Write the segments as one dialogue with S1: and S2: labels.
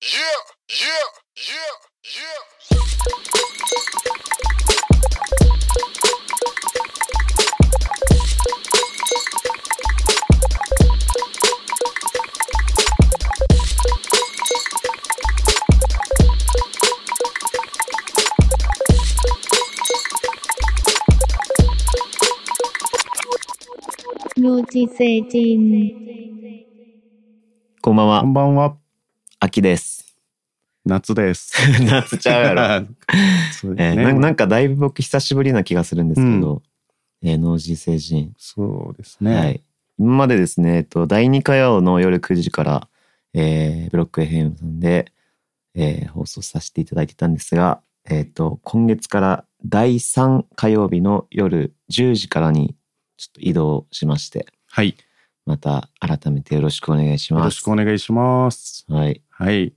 S1: Yeah, yeah, yeah, yeah.
S2: รูจิเซจิน
S3: こんばんは
S4: こ、んばんは。
S3: 秋です。
S4: 夏です。
S3: 夏ちゃうや ろ。
S4: そうで
S3: えー
S4: す
S3: な
S4: ね。
S3: なんかだいぶ僕久しぶりな気がするんですけど、えー、脳人成人。
S4: そうです
S3: は
S4: ね。
S3: い。今までですね、えっと、第2火曜の夜9時から、えーブロック FM さんで、えー放送させていただいてたんですが、えっと、今月から第3火曜日の夜10時からにちょっと移動しまして、
S4: はい。よ
S3: また改めてよろしくお願いします。
S4: ろしくお願いします。
S3: はい。
S4: はい。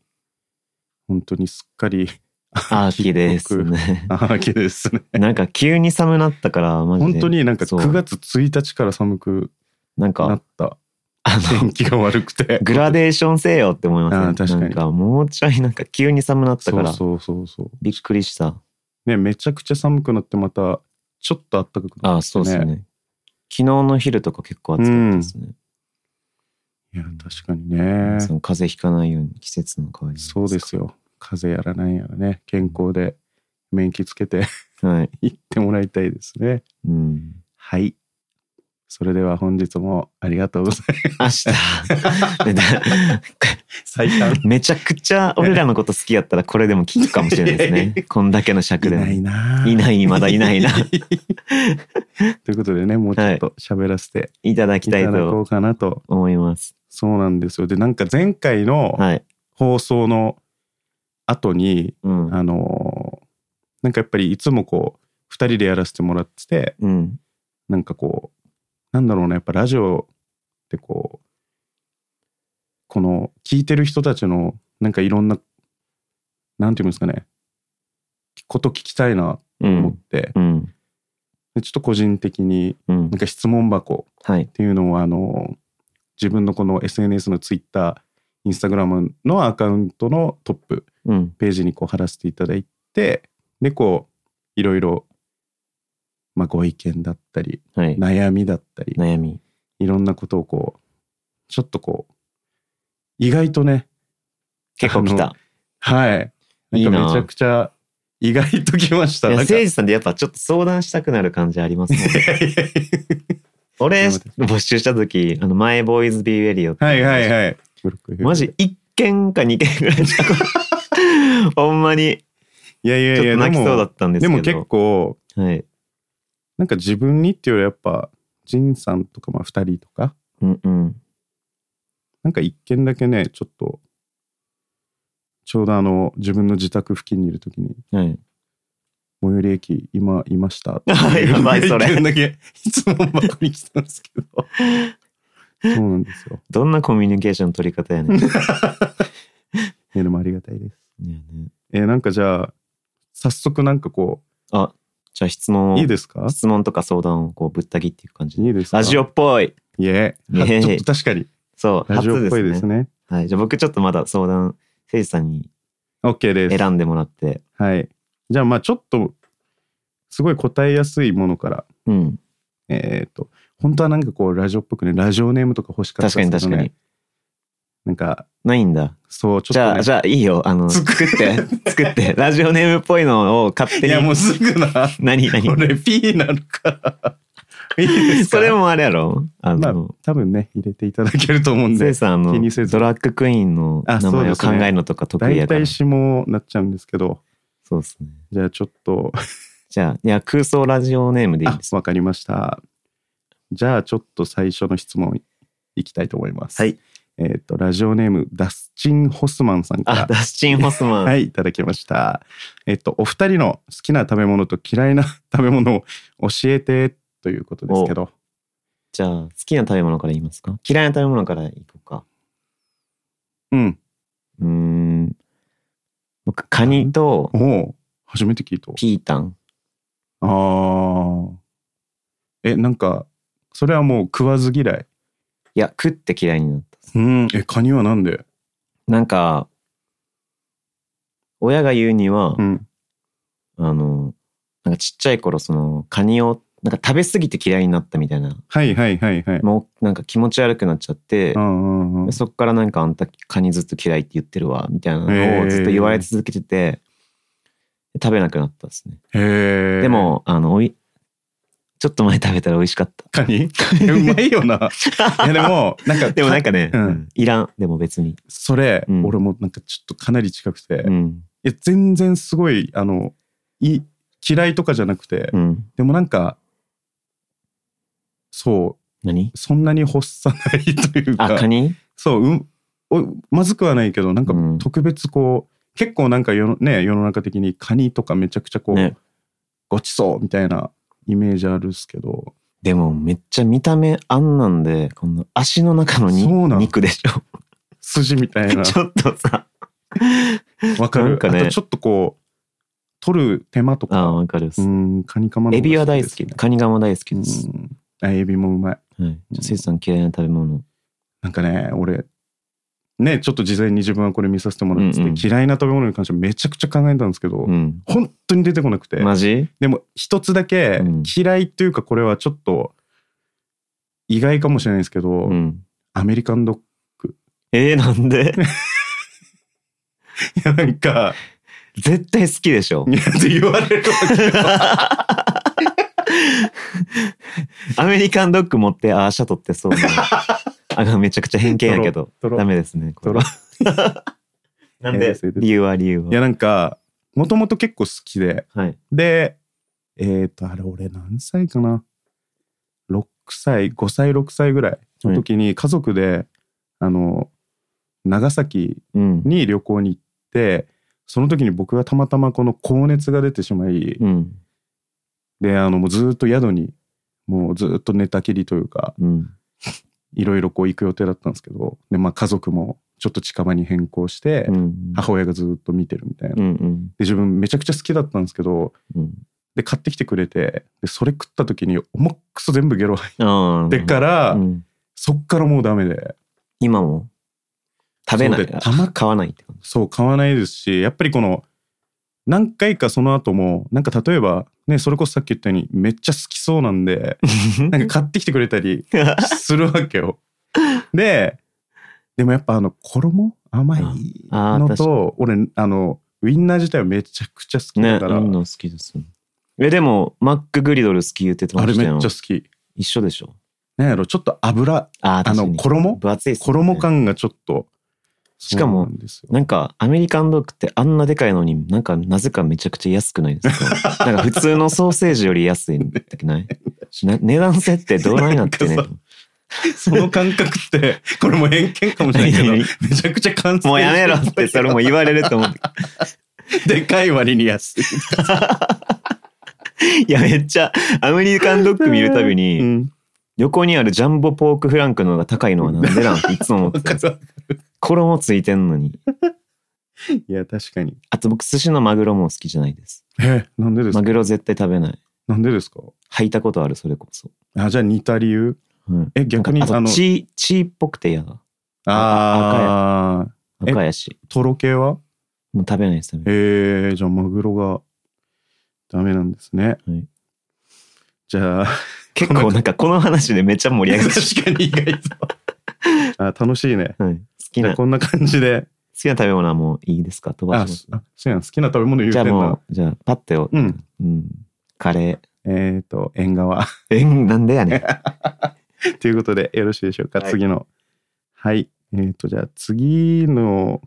S4: 本当にすっかり
S3: 秋ですね。
S4: 秋ですね。
S3: なんか急に寒なったから、マジで。
S4: 本当になんか
S3: そう
S4: 9月1日から寒く
S3: なん
S4: な
S3: か
S4: っ、た。
S3: あの
S4: 天、気が悪く て。
S3: グラデーションせよって思いません、
S4: あー確かに
S3: なんかもうちょいなんか急に寒なったから、
S4: そうそうそうそう。
S3: びっくりした。
S4: ね、めちゃくちゃ寒くなってまたちょっと暖かくな
S3: あ
S4: っ
S3: ー
S4: て
S3: そうですね。昨日の昼とか結構暑かったですね。
S4: いや、確かにね。
S3: その風邪ひかないように季節の変わり目
S4: そうです。よ。風邪やらないやらね、健康で免疫つけて
S3: はい。
S4: いってもらいたいですね。
S3: うん。
S4: はい。それでは本日もありがとうございま
S3: 明日でだ
S4: す。最短。
S3: めちゃくちゃ俺らのこと好きやったらこれでも聞くかもしれないですね。こんだけの尺
S4: い
S3: でも。
S4: ないなぁ。
S3: いないまだい ないな
S4: ということでね、もうちょっと喋らせて
S3: いただ
S4: い
S3: きた
S4: た
S3: い
S4: だことうかなと。
S3: 思います。
S4: そうなんですよ。で、なんか前回の
S3: はい。
S4: 放送の後に、
S3: うん。
S4: あのーなんかやっぱりいつもこう、二人でやらせてもらってて、
S3: うん。
S4: なんかこう、なんだろうな、やっぱラジオってこう、この聞いてる人たちの、なんかいろんな、なんていうんですかね、こと聞きたいな
S3: う
S4: 思っ
S3: ん。
S4: て、
S3: うん。
S4: でちょっと個人的に、
S3: うん
S4: なん。か質問箱
S3: はい
S4: っ。ていうのを、あの、自分のこの SNS の Twitter、Instagram のアカウントのトップ
S3: うん。
S4: ページにこう貼らせていただいて、で、こう、いろいろ、まあ、ご意見だったり、
S3: はい。
S4: 悩みだったり、
S3: 悩み。
S4: いろんなことをこう、ちょっとこう、意外とね、
S3: 結構来た。
S4: はい。
S3: いい
S4: なん
S3: な
S4: かめちゃくちゃ、意外と来まし
S3: い
S4: た。
S3: や、
S4: なんか
S3: 誠治さんってやっぱちょっと相談したくなる感じありますもん ね。俺、
S4: すいま
S3: 募集した時、あの、前ボーイズビューエリオ
S4: はいはい
S3: い。
S4: はい。
S3: マジ、1件か2件ぐらいしか ほんまに、
S4: いやい
S3: ち
S4: やい
S3: ょっ
S4: や、
S3: と泣きそうだ
S4: で
S3: ったんです
S4: も、で
S3: けど。
S4: も結構、
S3: 構。はい。
S4: なんか自分にっていうよりやっぱ、ジンさんとか、まあ二人とか、
S3: うんうん。
S4: なんか一件だけね、ちょっと、ちょうどあの、自分の自宅付近にいるときに、
S3: はい。
S4: 最寄り駅、今、いましたって
S3: あ
S4: う。
S3: やばいそれ
S4: 一件だけ、質問箱に来たんですけど。そうなんですよ。
S3: どんなコミュニケーションの取り方やねん。いや
S4: いやでもありがたいです。
S3: ね
S4: えーなんかじゃあ、早速なんかこ
S3: じゃあ質問を
S4: う、いいですか
S3: 質問とか相談をこうぶった切っていく感じで。
S4: いいですか
S3: ラジオっぽい。
S4: いえ、
S3: イエーイ
S4: はちょっと確かに、
S3: そう、
S4: ラジオっぽい
S3: 初
S4: ですね。
S3: はい。じゃあ僕ちょっとまだ相談、せいじさんに
S4: OK です。
S3: 選んでもらって。
S4: はい。じゃあまあちょっと、すごい答えやすいものから、
S3: うん。
S4: えっ、と、本当はなんかこう、ラジオっぽくね、ラジオネームとか欲しか
S3: 確
S4: った
S3: か
S4: ん
S3: に
S4: です
S3: 確
S4: けど
S3: か
S4: ね
S3: に。。
S4: なんか、
S3: ないんだ。
S4: そう、ち
S3: じ
S4: ょっと、
S3: ゃ
S4: ね。
S3: あ、じゃあいいよ。あの、作って、作って。ラジオネームっぽいのを勝手
S4: い
S3: に。
S4: や、もうすぐな。
S3: 何何
S4: これ P なのか。いいですか
S3: それもあれやろあ
S4: まあ
S3: の、、
S4: 多分ね、入れていただけると思うん
S3: せい
S4: で。
S3: さん、あの、
S4: 気にせず
S3: ドラッグクイーンの
S4: あ
S3: 名
S4: そう
S3: 前
S4: で
S3: を
S4: す
S3: 考
S4: ね
S3: えるのとか得意
S4: 大
S3: やから
S4: 体。詞もなっちゃうんですけど、
S3: そうですね。
S4: じゃあちょっと、
S3: じゃあ、いや、空想ラジオネームでいい
S4: あ
S3: です。
S4: わかりましたじゃあちょっと最初の質問いきたいと思います
S3: はい
S4: えっ、とラジオネームダスチン・ホスマンさんか
S3: あ、
S4: ら
S3: ダスチン・ホスマン。
S4: はいいただきましたえっ、とお二人の好きな食べ物と嫌いな食べ物を教えてということですけど
S3: じゃあ、好きな食べ物から言いますか嫌いな食べ物からいこうか。
S4: うん
S3: うーん。僕、カニと
S4: おお初めて聞いた
S3: ピータン。
S4: あーえなんかそれはもう食わず嫌い
S3: いや、食って嫌いになった。
S4: うんえカニはなんで
S3: なんか、親が言うには、
S4: うん
S3: あのなんかちっちゃい頃そのカニをなんか食べ過ぎて嫌いになったみたいな
S4: はいはいはいはい。
S3: もうなんか気持ち悪くなっちゃって、
S4: うんうんうん
S3: でそっからなんかあんたカニずっと嫌いって言ってるわみたいなのをずっと言われ続けてて、食べなくなったですね、
S4: へえ。
S3: で、もあのおいちょっと前食べたら美味しかった
S4: カニ う まいよな。いやでも、なんか、
S3: でもなんかね、
S4: うん
S3: うんいらんでも別に、
S4: それ、
S3: うん
S4: 俺もなんかちょっとかなり近くて、
S3: う
S4: い
S3: ん
S4: や全然すごい、あの、い嫌いとかじゃなくて、
S3: うん、
S4: でもなんか、そ
S3: 何
S4: う、そんなに欲さないという
S3: あ
S4: か、
S3: カニ
S4: そう、うんお、まずくはないけど、なんか
S3: うん
S4: 特別こう、結構なんか世の,、ね、世の中的にカニとかめちゃくちゃこう、
S3: ね
S4: ごちそうみたいなイメージあるっすけど、
S3: でもめっちゃ見た目あんなんでこの足の中のに
S4: そうなん
S3: 肉でしょ
S4: 筋みたい な
S3: ちょっとさ
S4: わか
S3: なん
S4: る
S3: かね
S4: あとちょっとこう取る手間と
S3: あ
S4: か
S3: わかるっす、
S4: うんカニカマの
S3: エ
S4: 方が
S3: ビは大
S4: で
S3: 好
S4: す
S3: き
S4: ね
S3: カニガマ大好きです、
S4: うんあエビもうまい
S3: はい、ちょせいさん嫌いな食べ物
S4: なんかね俺ねちょっと事前に自分はこれ見させてもらってて、
S3: うんうん
S4: 嫌いな食べ物に関してめちゃくちゃ考えたんですけど、
S3: うん
S4: 本当に出てこなくて、
S3: マジ
S4: でも一つだけ
S3: うん
S4: 嫌いっていうかこれはちょっと意外かもしれないですけど、
S3: うん
S4: アメリカンドッグ
S3: えー、なん で
S4: いやなんか
S3: 絶対好きでしょ
S4: いやって言われるわけよ
S3: アメリカンドッグ持ってああシャトってそう なあのめちゃくちゃ偏見やけど
S4: ドロ
S3: ダメですねこれは なんで
S4: いや
S3: 理由は理由はい
S4: やなんかもともと結構好きで、
S3: はい
S4: で、えっ、と、あれ、俺何歳かな ?6 歳、5歳、6歳ぐらいの時に家族で、あの、長崎
S3: うん
S4: に旅行に行って、その時に僕がたまたまこの高熱が出てしまい、
S3: うん
S4: で、あの、もうずーっと宿に、もうずーっと寝たきりというか、
S3: うん
S4: いろいろこう行く予定だったんですけど、で、まあ家族もちょっと近場に変更して
S3: う、ん
S4: 母親がずーっと見てるみたいな。
S3: う
S4: で、
S3: んうん
S4: 自分めちゃくちゃ好きだったんですけど、
S3: うん
S4: で買ってきてくれてでそれ食った時に重っくそ全部ゲロ入
S3: ああ
S4: ってから、
S3: うん
S4: そっからもうダメで
S3: 今も食べな
S4: そう
S3: い
S4: でたま
S3: 買わないって感
S4: そう買わないですしやっぱりこの何回かその後もなんか例えばねそれこそさっき言ったようにめっちゃ好きそうな んでなんか買ってきてくれたりするわけよ。ででもやっぱあの衣甘い
S3: あー
S4: のと俺あのウインナー自体はめちゃくちゃ好き
S3: じね
S4: だ
S3: あ
S4: から、
S3: んの好きですえでもマックグリドル好き言ってた
S4: あれめっ
S3: ん
S4: ちゃ好き。
S3: 一緒でしょ
S4: なんやろちょっと油
S3: あー
S4: あ
S3: 確か
S4: の
S3: に
S4: 衣
S3: 分厚いっすね
S4: 衣感がちょっと。
S3: しかも
S4: そうなんですよ
S3: なんかアメリカンドッグってあんなでかいのになんかなぜかめちゃくちゃ安くないです かなんか普通のソーセージより安いんだっけ ないな値段設定どうないなってね
S4: なんかその感覚 って、これもう偏見かもしれないけど、
S3: 何
S4: めちゃくちゃ感染
S3: もうやめろってそれも言われると思って
S4: でかい割に安い。
S3: いやめっちゃアメリカンドッグ見るたびに、
S4: うん
S3: 横にあるジャンボポークフランクの方が高いのはなんでなんていつも思って
S4: わか
S3: た
S4: るわ
S3: 衣ついてんのに
S4: いや、確かに。
S3: あと僕寿司のマグロも好きじゃないです
S4: え、なんでです
S3: マ
S4: か
S3: グロ絶対食べない
S4: なんでですか
S3: 履いたことあるそれこそ、
S4: あ、じゃあ似た理由
S3: うん、
S4: え、逆に、
S3: なんか
S4: あ
S3: あ
S4: の
S3: と、血血っぽくて嫌だ
S4: あーえ
S3: 赤やし
S4: とろ系は
S3: もう食べないです食べない
S4: えー、じゃあマグロがダメなんですね。
S3: はい
S4: じゃあ、
S3: 結構なんかこの話でめっちゃ盛り上がっ て
S4: 確かに意外と。 あ、楽しいね。
S3: はい、好き
S4: じ
S3: な
S4: ゃあ
S3: 好
S4: こんな感じで。
S3: きな食べ物はもういいですか飛ば
S4: あ、
S3: します
S4: そそうやん。好きな食べ物言う
S3: じ
S4: て
S3: ゃあ
S4: んな
S3: も。うじゃあパッてよ、
S4: うん。
S3: うん、カレ
S4: えっ、と、縁側。
S3: ーえんなんでやねん
S4: ということで、よろしいでしょうか。
S3: はい
S4: 次の。はい。えっ、と、じゃあ次の、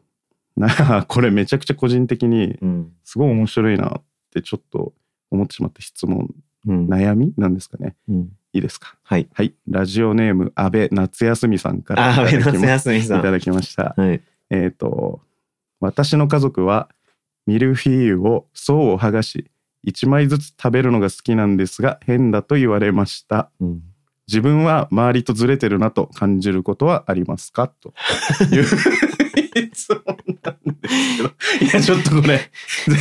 S4: な これめちゃくちゃ個人的に、
S3: うん、
S4: すごい面白いなってちょっと思ってしまった質問、
S3: うん
S4: 悩みなんですかね。
S3: うん、
S4: いいですか。
S3: はい。
S4: はい。ラジオネーム、安倍夏休みさんからい
S3: あ
S4: た
S3: あ
S4: だ
S3: 夏
S4: きま
S3: 休み
S4: い
S3: さ
S4: た
S3: ん
S4: だきました。
S3: はい
S4: えっ、と、私の家族はミルフィーユを層を剥がし、1枚ずつ食べるのが好きなんですが、変だと言われました。
S3: うん
S4: 自分は周りとずれてるなと感じることはありますかという質問なんですけど。いや、ちょっとこれ、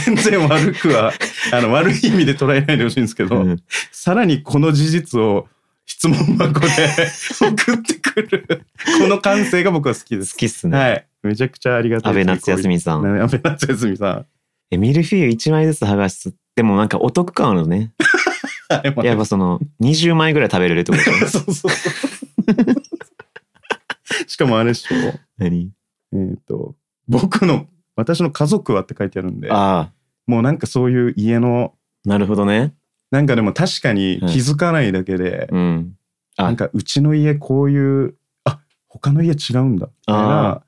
S4: 全然悪くは、あの、悪い意味で捉えないでほしいんですけど、
S3: うん
S4: さらにこの事実を質問箱で 送ってくる、この感性が僕は好きです
S3: 好。きっすね、
S4: はい。めちゃくちゃありがたい。
S3: 安 倍夏休
S4: み
S3: みさん
S4: 安倍夏休みさん。
S3: えミルフィーユ1枚ずつ剥がすでもなんかお得感ある ね やっぱその20枚ぐらい食べれるってことで しょ
S4: そうそう そう。しかもあれでしょ。
S3: 何
S4: えっ、と、僕の、私の家族はって書いてあるんで、
S3: あ
S4: もうなんかそういう家の、
S3: あなるほどね
S4: なんかでも確かに気づかないだけで、
S3: うんあ
S4: なんかうちの家こういう、あ他の家違うんだ、みたい
S3: あ
S4: な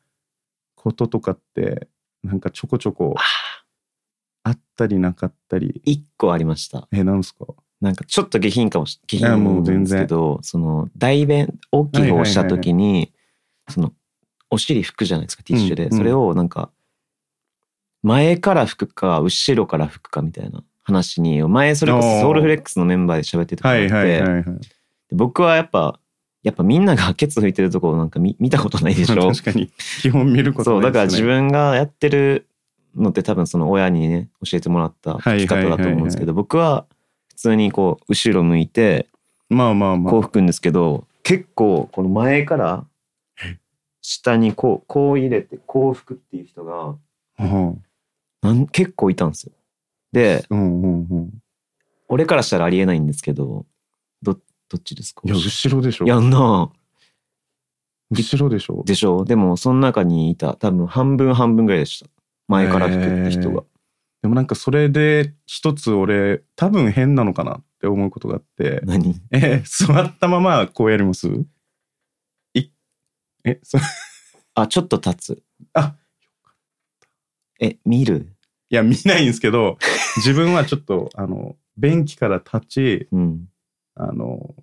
S4: こととかって、なんかちょこちょこ
S3: あ
S4: あったりなかったり、
S3: 1個ありました
S4: え、なんすか
S3: なんかちょっと下品かもし下
S4: いや
S3: 品
S4: もう全然
S3: ですけどその代弁大きい方をした時に、そのお尻拭くじゃないですかティッシュで、
S4: うんうん
S3: それをなんか前から拭くか後ろから拭くかみたいな話に前それこ
S4: あ
S3: そ
S4: ー
S3: ソウルフレックスのメンバーで喋ってたこ
S4: は
S3: と
S4: い
S3: があっ
S4: は
S3: て
S4: いはいはい。
S3: で僕はやっぱやっぱみんながケツ拭いてるとこをなんか見 見たことないでしょ
S4: 確かに、基本見ること
S3: そうだ
S4: ない
S3: から
S4: ですね
S3: 自分がやってるのって多分その親にね教えてもらった生き方だと思うんですけど僕は普通にこう後ろ向いて
S4: まあまあまあ
S3: こう。吹くんですけど結構この前から下にこうこう入れてこう吹くっていう人が
S4: うん
S3: なん結構いたんですよ。で
S4: うんうんうん。
S3: 俺からしたらありえないんですけどどどっちですか
S4: いや、後ろでしょ。
S3: いやんな
S4: 後ろでしょ。
S3: でしょでもその中にいた多分半分半分ぐらいでした前から吹くって人が。
S4: でもなんかそれで一つ俺多分変なのかなって思うことがあって、
S3: 何
S4: え、座ったままこうやりますいえ、そい
S3: あちょっと立つ。
S4: あ
S3: え見る
S4: や見ないんですけど、 自分はちょっとあの、便器から立ち、
S3: うん
S4: あの、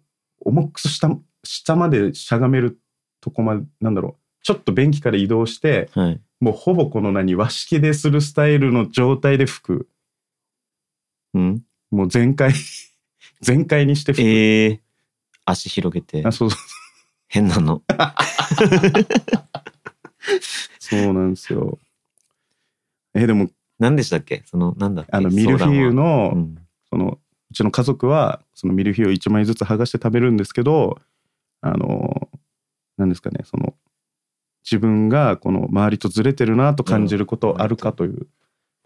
S4: 重く下、下までしゃがめるとこまで、なんだろう、ちょっと便器から移動して、
S3: はい。
S4: もうほぼこの何、和式でするスタイルの状態で吹く。
S3: うん、
S4: もう全開、 全開にして
S3: え
S4: 吹
S3: ー、
S4: く。
S3: 足広げて
S4: あそう
S3: 変なの。
S4: そうなんですよ。えでも
S3: 何でしたっけそのなんだっけ
S4: あのミルフィーユ
S3: の、
S4: の、
S3: うん
S4: そのうちの家族はそのミルフィーユを1枚ずつ剥がして食べるんですけどあの何ですかねその自分がこの周りとずれてるなと感じることあるかという、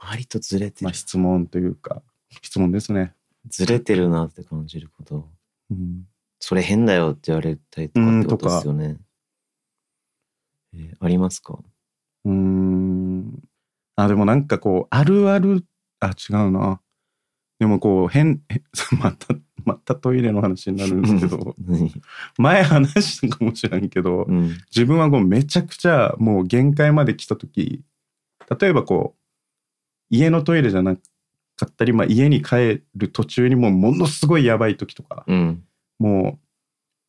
S3: 周りとずれて
S4: ま
S3: る
S4: あ、質問というか質問ですね。
S3: ずれてるなって感じること
S4: うん、
S3: それ変だよって言われたりとかってことですよね、えーありますか
S4: うーんあでもなんかこうあるあるあ違うなでもこう変え またまたトイレの話になるんですけ ど
S3: 何
S4: 前話したかもしれんけど、
S3: うん
S4: 自分はこうめちゃくちゃもう限界まで来た時例えばこう家のトイレじゃなかったり、まあ、家に帰る途中にもうものすごいやばい時とか、
S3: うん
S4: も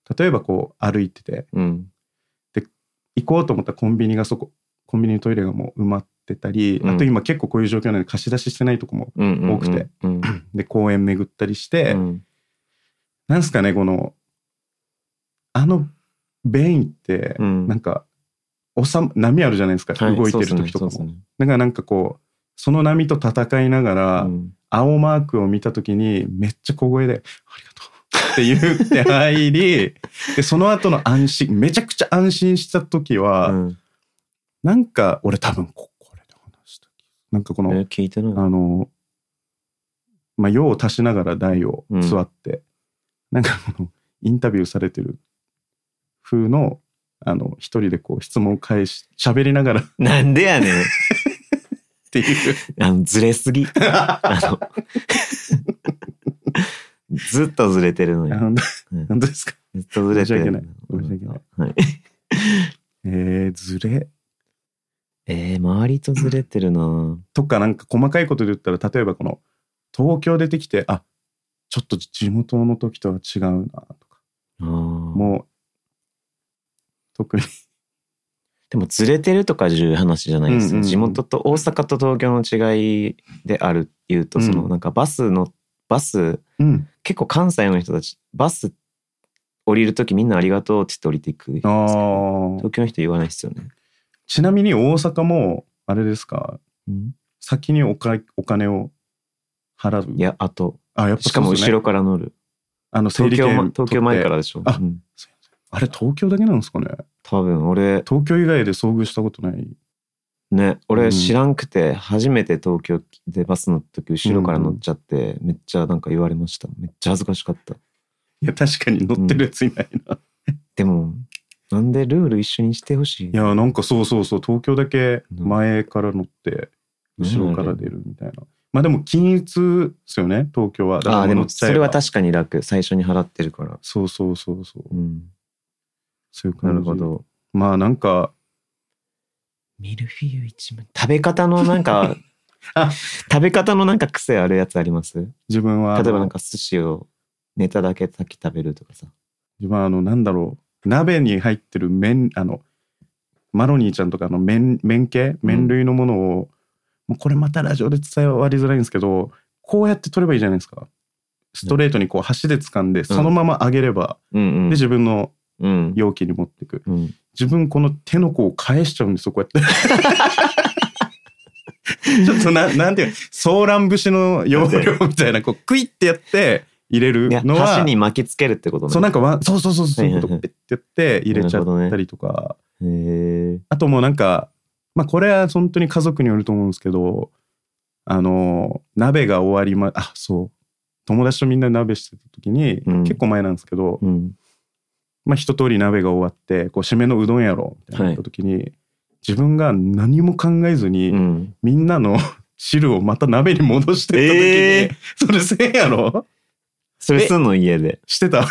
S4: う例えばこう歩いてて
S3: うん
S4: 行こうと思ったコンビニがそこコンビニのトイレがもう埋まってたり、
S3: うん
S4: あと今結構こういう状況なので貸し出ししてないとこも
S3: うんうん
S4: 多くて
S3: うん
S4: で公園巡ったりして、
S3: うん
S4: なんすかねこのあの便意って
S3: う、ん
S4: なんか収ま波あるじゃないですか、
S3: はい
S4: 動いてる時とかも。だからなんかこうその波と戦いながら、青マークを見た時にめっちゃ小声で「ありがとう」って言って入 りでその後の安心めちゃくちゃ安心した時は、
S3: そうですね
S4: なんか俺多分ここれで話した気なんかこ
S3: う
S4: の、
S3: ん、えー聞いてない
S4: あのまあ用を足しながら台を座って、なんかこのインタビューされてる風のあの一人でこう質問を返し喋りながら
S3: なんでやね ん
S4: っ ていう。
S3: あのずれす ぎあのずっとずれてるの
S4: あ
S3: よ
S4: 本当
S3: うん
S4: 本当ですか。
S3: ずっとずれてるのよ
S4: 申し訳な
S3: は
S4: い
S3: い
S4: えー、ずれ
S3: えー、周りとずれてるな
S4: とかなんか細かいことで言ったら例えばこの東京出てきてあちょっと地元の時とは違うなとか
S3: あも
S4: もう特に
S3: でもずれてるとかいう話じゃないですよ、
S4: うんうんうん
S3: 地元と大阪と東京の違いであるっていうと、
S4: うん
S3: そのなんかバスのバス
S4: うん
S3: 結構関西の人たちバス降りる時みんなありがとうって言って降りていく
S4: あ
S3: 東
S4: ー
S3: 京の人言わないですよね、
S4: ちなみに大阪もあれですか
S3: うん
S4: 先におかお金を払う
S3: いやあと
S4: あやっぱ
S3: しかも
S4: そうで
S3: 後
S4: すね
S3: ろから乗る
S4: あの整理
S3: 東京
S4: 券
S3: ま東京前から
S4: 取って
S3: でしょ
S4: あ
S3: うん
S4: あれ東京だけなんですかね
S3: 多分俺
S4: 東京以外で遭遇したことない
S3: ね
S4: う
S3: 俺
S4: ん
S3: 知らんくて初めて東京でバス乗った時後ろから乗っちゃってめっちゃなんか言われましためっちゃ恥ずかしかった
S4: いや確かに乗ってるやついないな、
S3: でもなんでルール一緒にしてほしい
S4: いやなんかそうそうそう東京だけ前から乗って
S3: うん
S4: 後ろから出るみたいな、まあでも均一ですよね東京はだから
S3: ああで
S4: 乗
S3: も
S4: っち
S3: そ
S4: ゃえば
S3: れは確かに楽最初に払ってるから
S4: そうそうそうそう
S3: うん
S4: そういう感
S3: な
S4: じ
S3: るほど
S4: まあなんか
S3: ミルフィーユ一枚食べ方のなんか
S4: あ
S3: 食べ方のなんか癖あるやつあります例
S4: 自分は
S3: えばなんか寿司をネタだけ先食べるとかさ
S4: 自分はあのなんだろう鍋に入ってる麺あのマロニーちゃんとかの麺麺系麺類のものを、もうこれまたラジオで伝わりづらいんですけどこうやって取ればいいじゃないですかストレートにこう箸で掴んでそのまま揚げれば、
S3: うん
S4: で自分の
S3: うん
S4: 容器に持っていく
S3: うん
S4: 自分この手の甲を返しちゃうんですよこうや って。ちょっとななんていうのソーラン節の要領みたいなこうクイッてやって入れる
S3: いや
S4: のは
S3: 箸に巻きつけるってことね
S4: そうなんかわそうそうそうそういうこと
S3: はいはいはい
S4: ペッてやって入れちゃったりとか、
S3: へえ
S4: あともうなんかまあこれは本当に家族によると思うんですけどあの鍋が終わりまあそう友達とみんなで鍋してた時に、
S3: うん
S4: 結構前なんですけど、
S3: うん
S4: まあ一通り鍋が終わってこう締めのうどんやろみたいになった時に、自分が何も考えずに、
S3: うん
S4: みんなの 汁をまた鍋に戻してった時
S3: え
S4: に、それせんやろ
S3: それすんの家で
S4: してた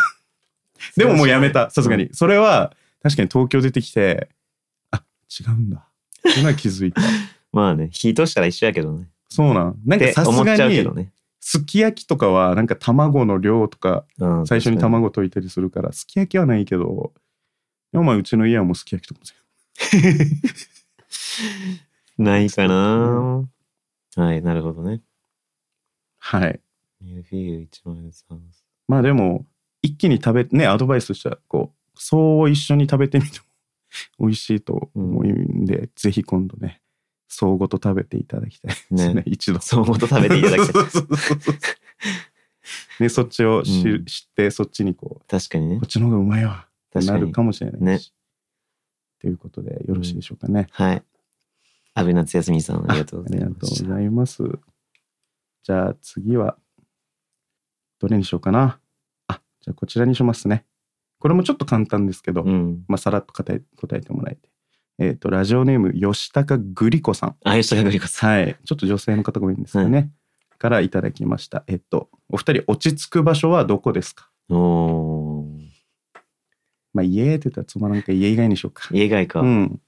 S4: でももうやめた、さすがに。それは、確かに東京出てきて、あ、違うんだ。今気づいた。
S3: まあね火通したら一緒やけどね
S4: そうなん。なん
S3: っ
S4: か
S3: て
S4: さ
S3: 思
S4: す
S3: っ
S4: が
S3: ちゃうけ
S4: に
S3: ど、ね
S4: すき焼きとかは、なんか卵の量とか、
S3: うん
S4: 最初に卵溶いたりするから、すき焼きはないけど、でもまあ、うちの家はもうすき焼きとかも全
S3: ないかなはいなるほどね
S4: 部はい。
S3: ミルフィーユ一枚ずつ話す
S4: まあでも、一気に食べ、ね、アドバイスとしたら、こう、そうを一緒に食べてみても 美味しいと思うんで、ぜひ今度ね、そうごと食べていただきたいですね、
S3: ね
S4: 一度。
S3: そうごと食べていただきたい
S4: ね、そっちを知,、
S3: うん
S4: 知ってそっちにこう
S3: 確かにね
S4: こっちの方がうまいわって
S3: 確か
S4: な
S3: に
S4: るかもしれないし。
S3: ね
S4: ということでよろしいでしょうかね。
S3: はい安倍夏休みさんありがとうご
S4: あ
S3: ざ
S4: り
S3: い
S4: が
S3: ま
S4: とう
S3: し
S4: ご
S3: た
S4: ざいます。じゃあ次はどれにしようかな。あじゃあこちらにしますね。これもちょっと簡単ですけど、
S3: うん
S4: まあ、さらっと答え答えてもらえて。えっ、とラジオネーム吉高グリコさん。
S3: あ吉高グリコさん
S4: はい、ちょっと女性の方が多いんですかね、からいただきました。えっと、お二人落ち着く場所はどこですか。
S3: おー
S4: まあ、家って言ったらつまらんから家以外にしようか。
S3: 家外か、
S4: うん。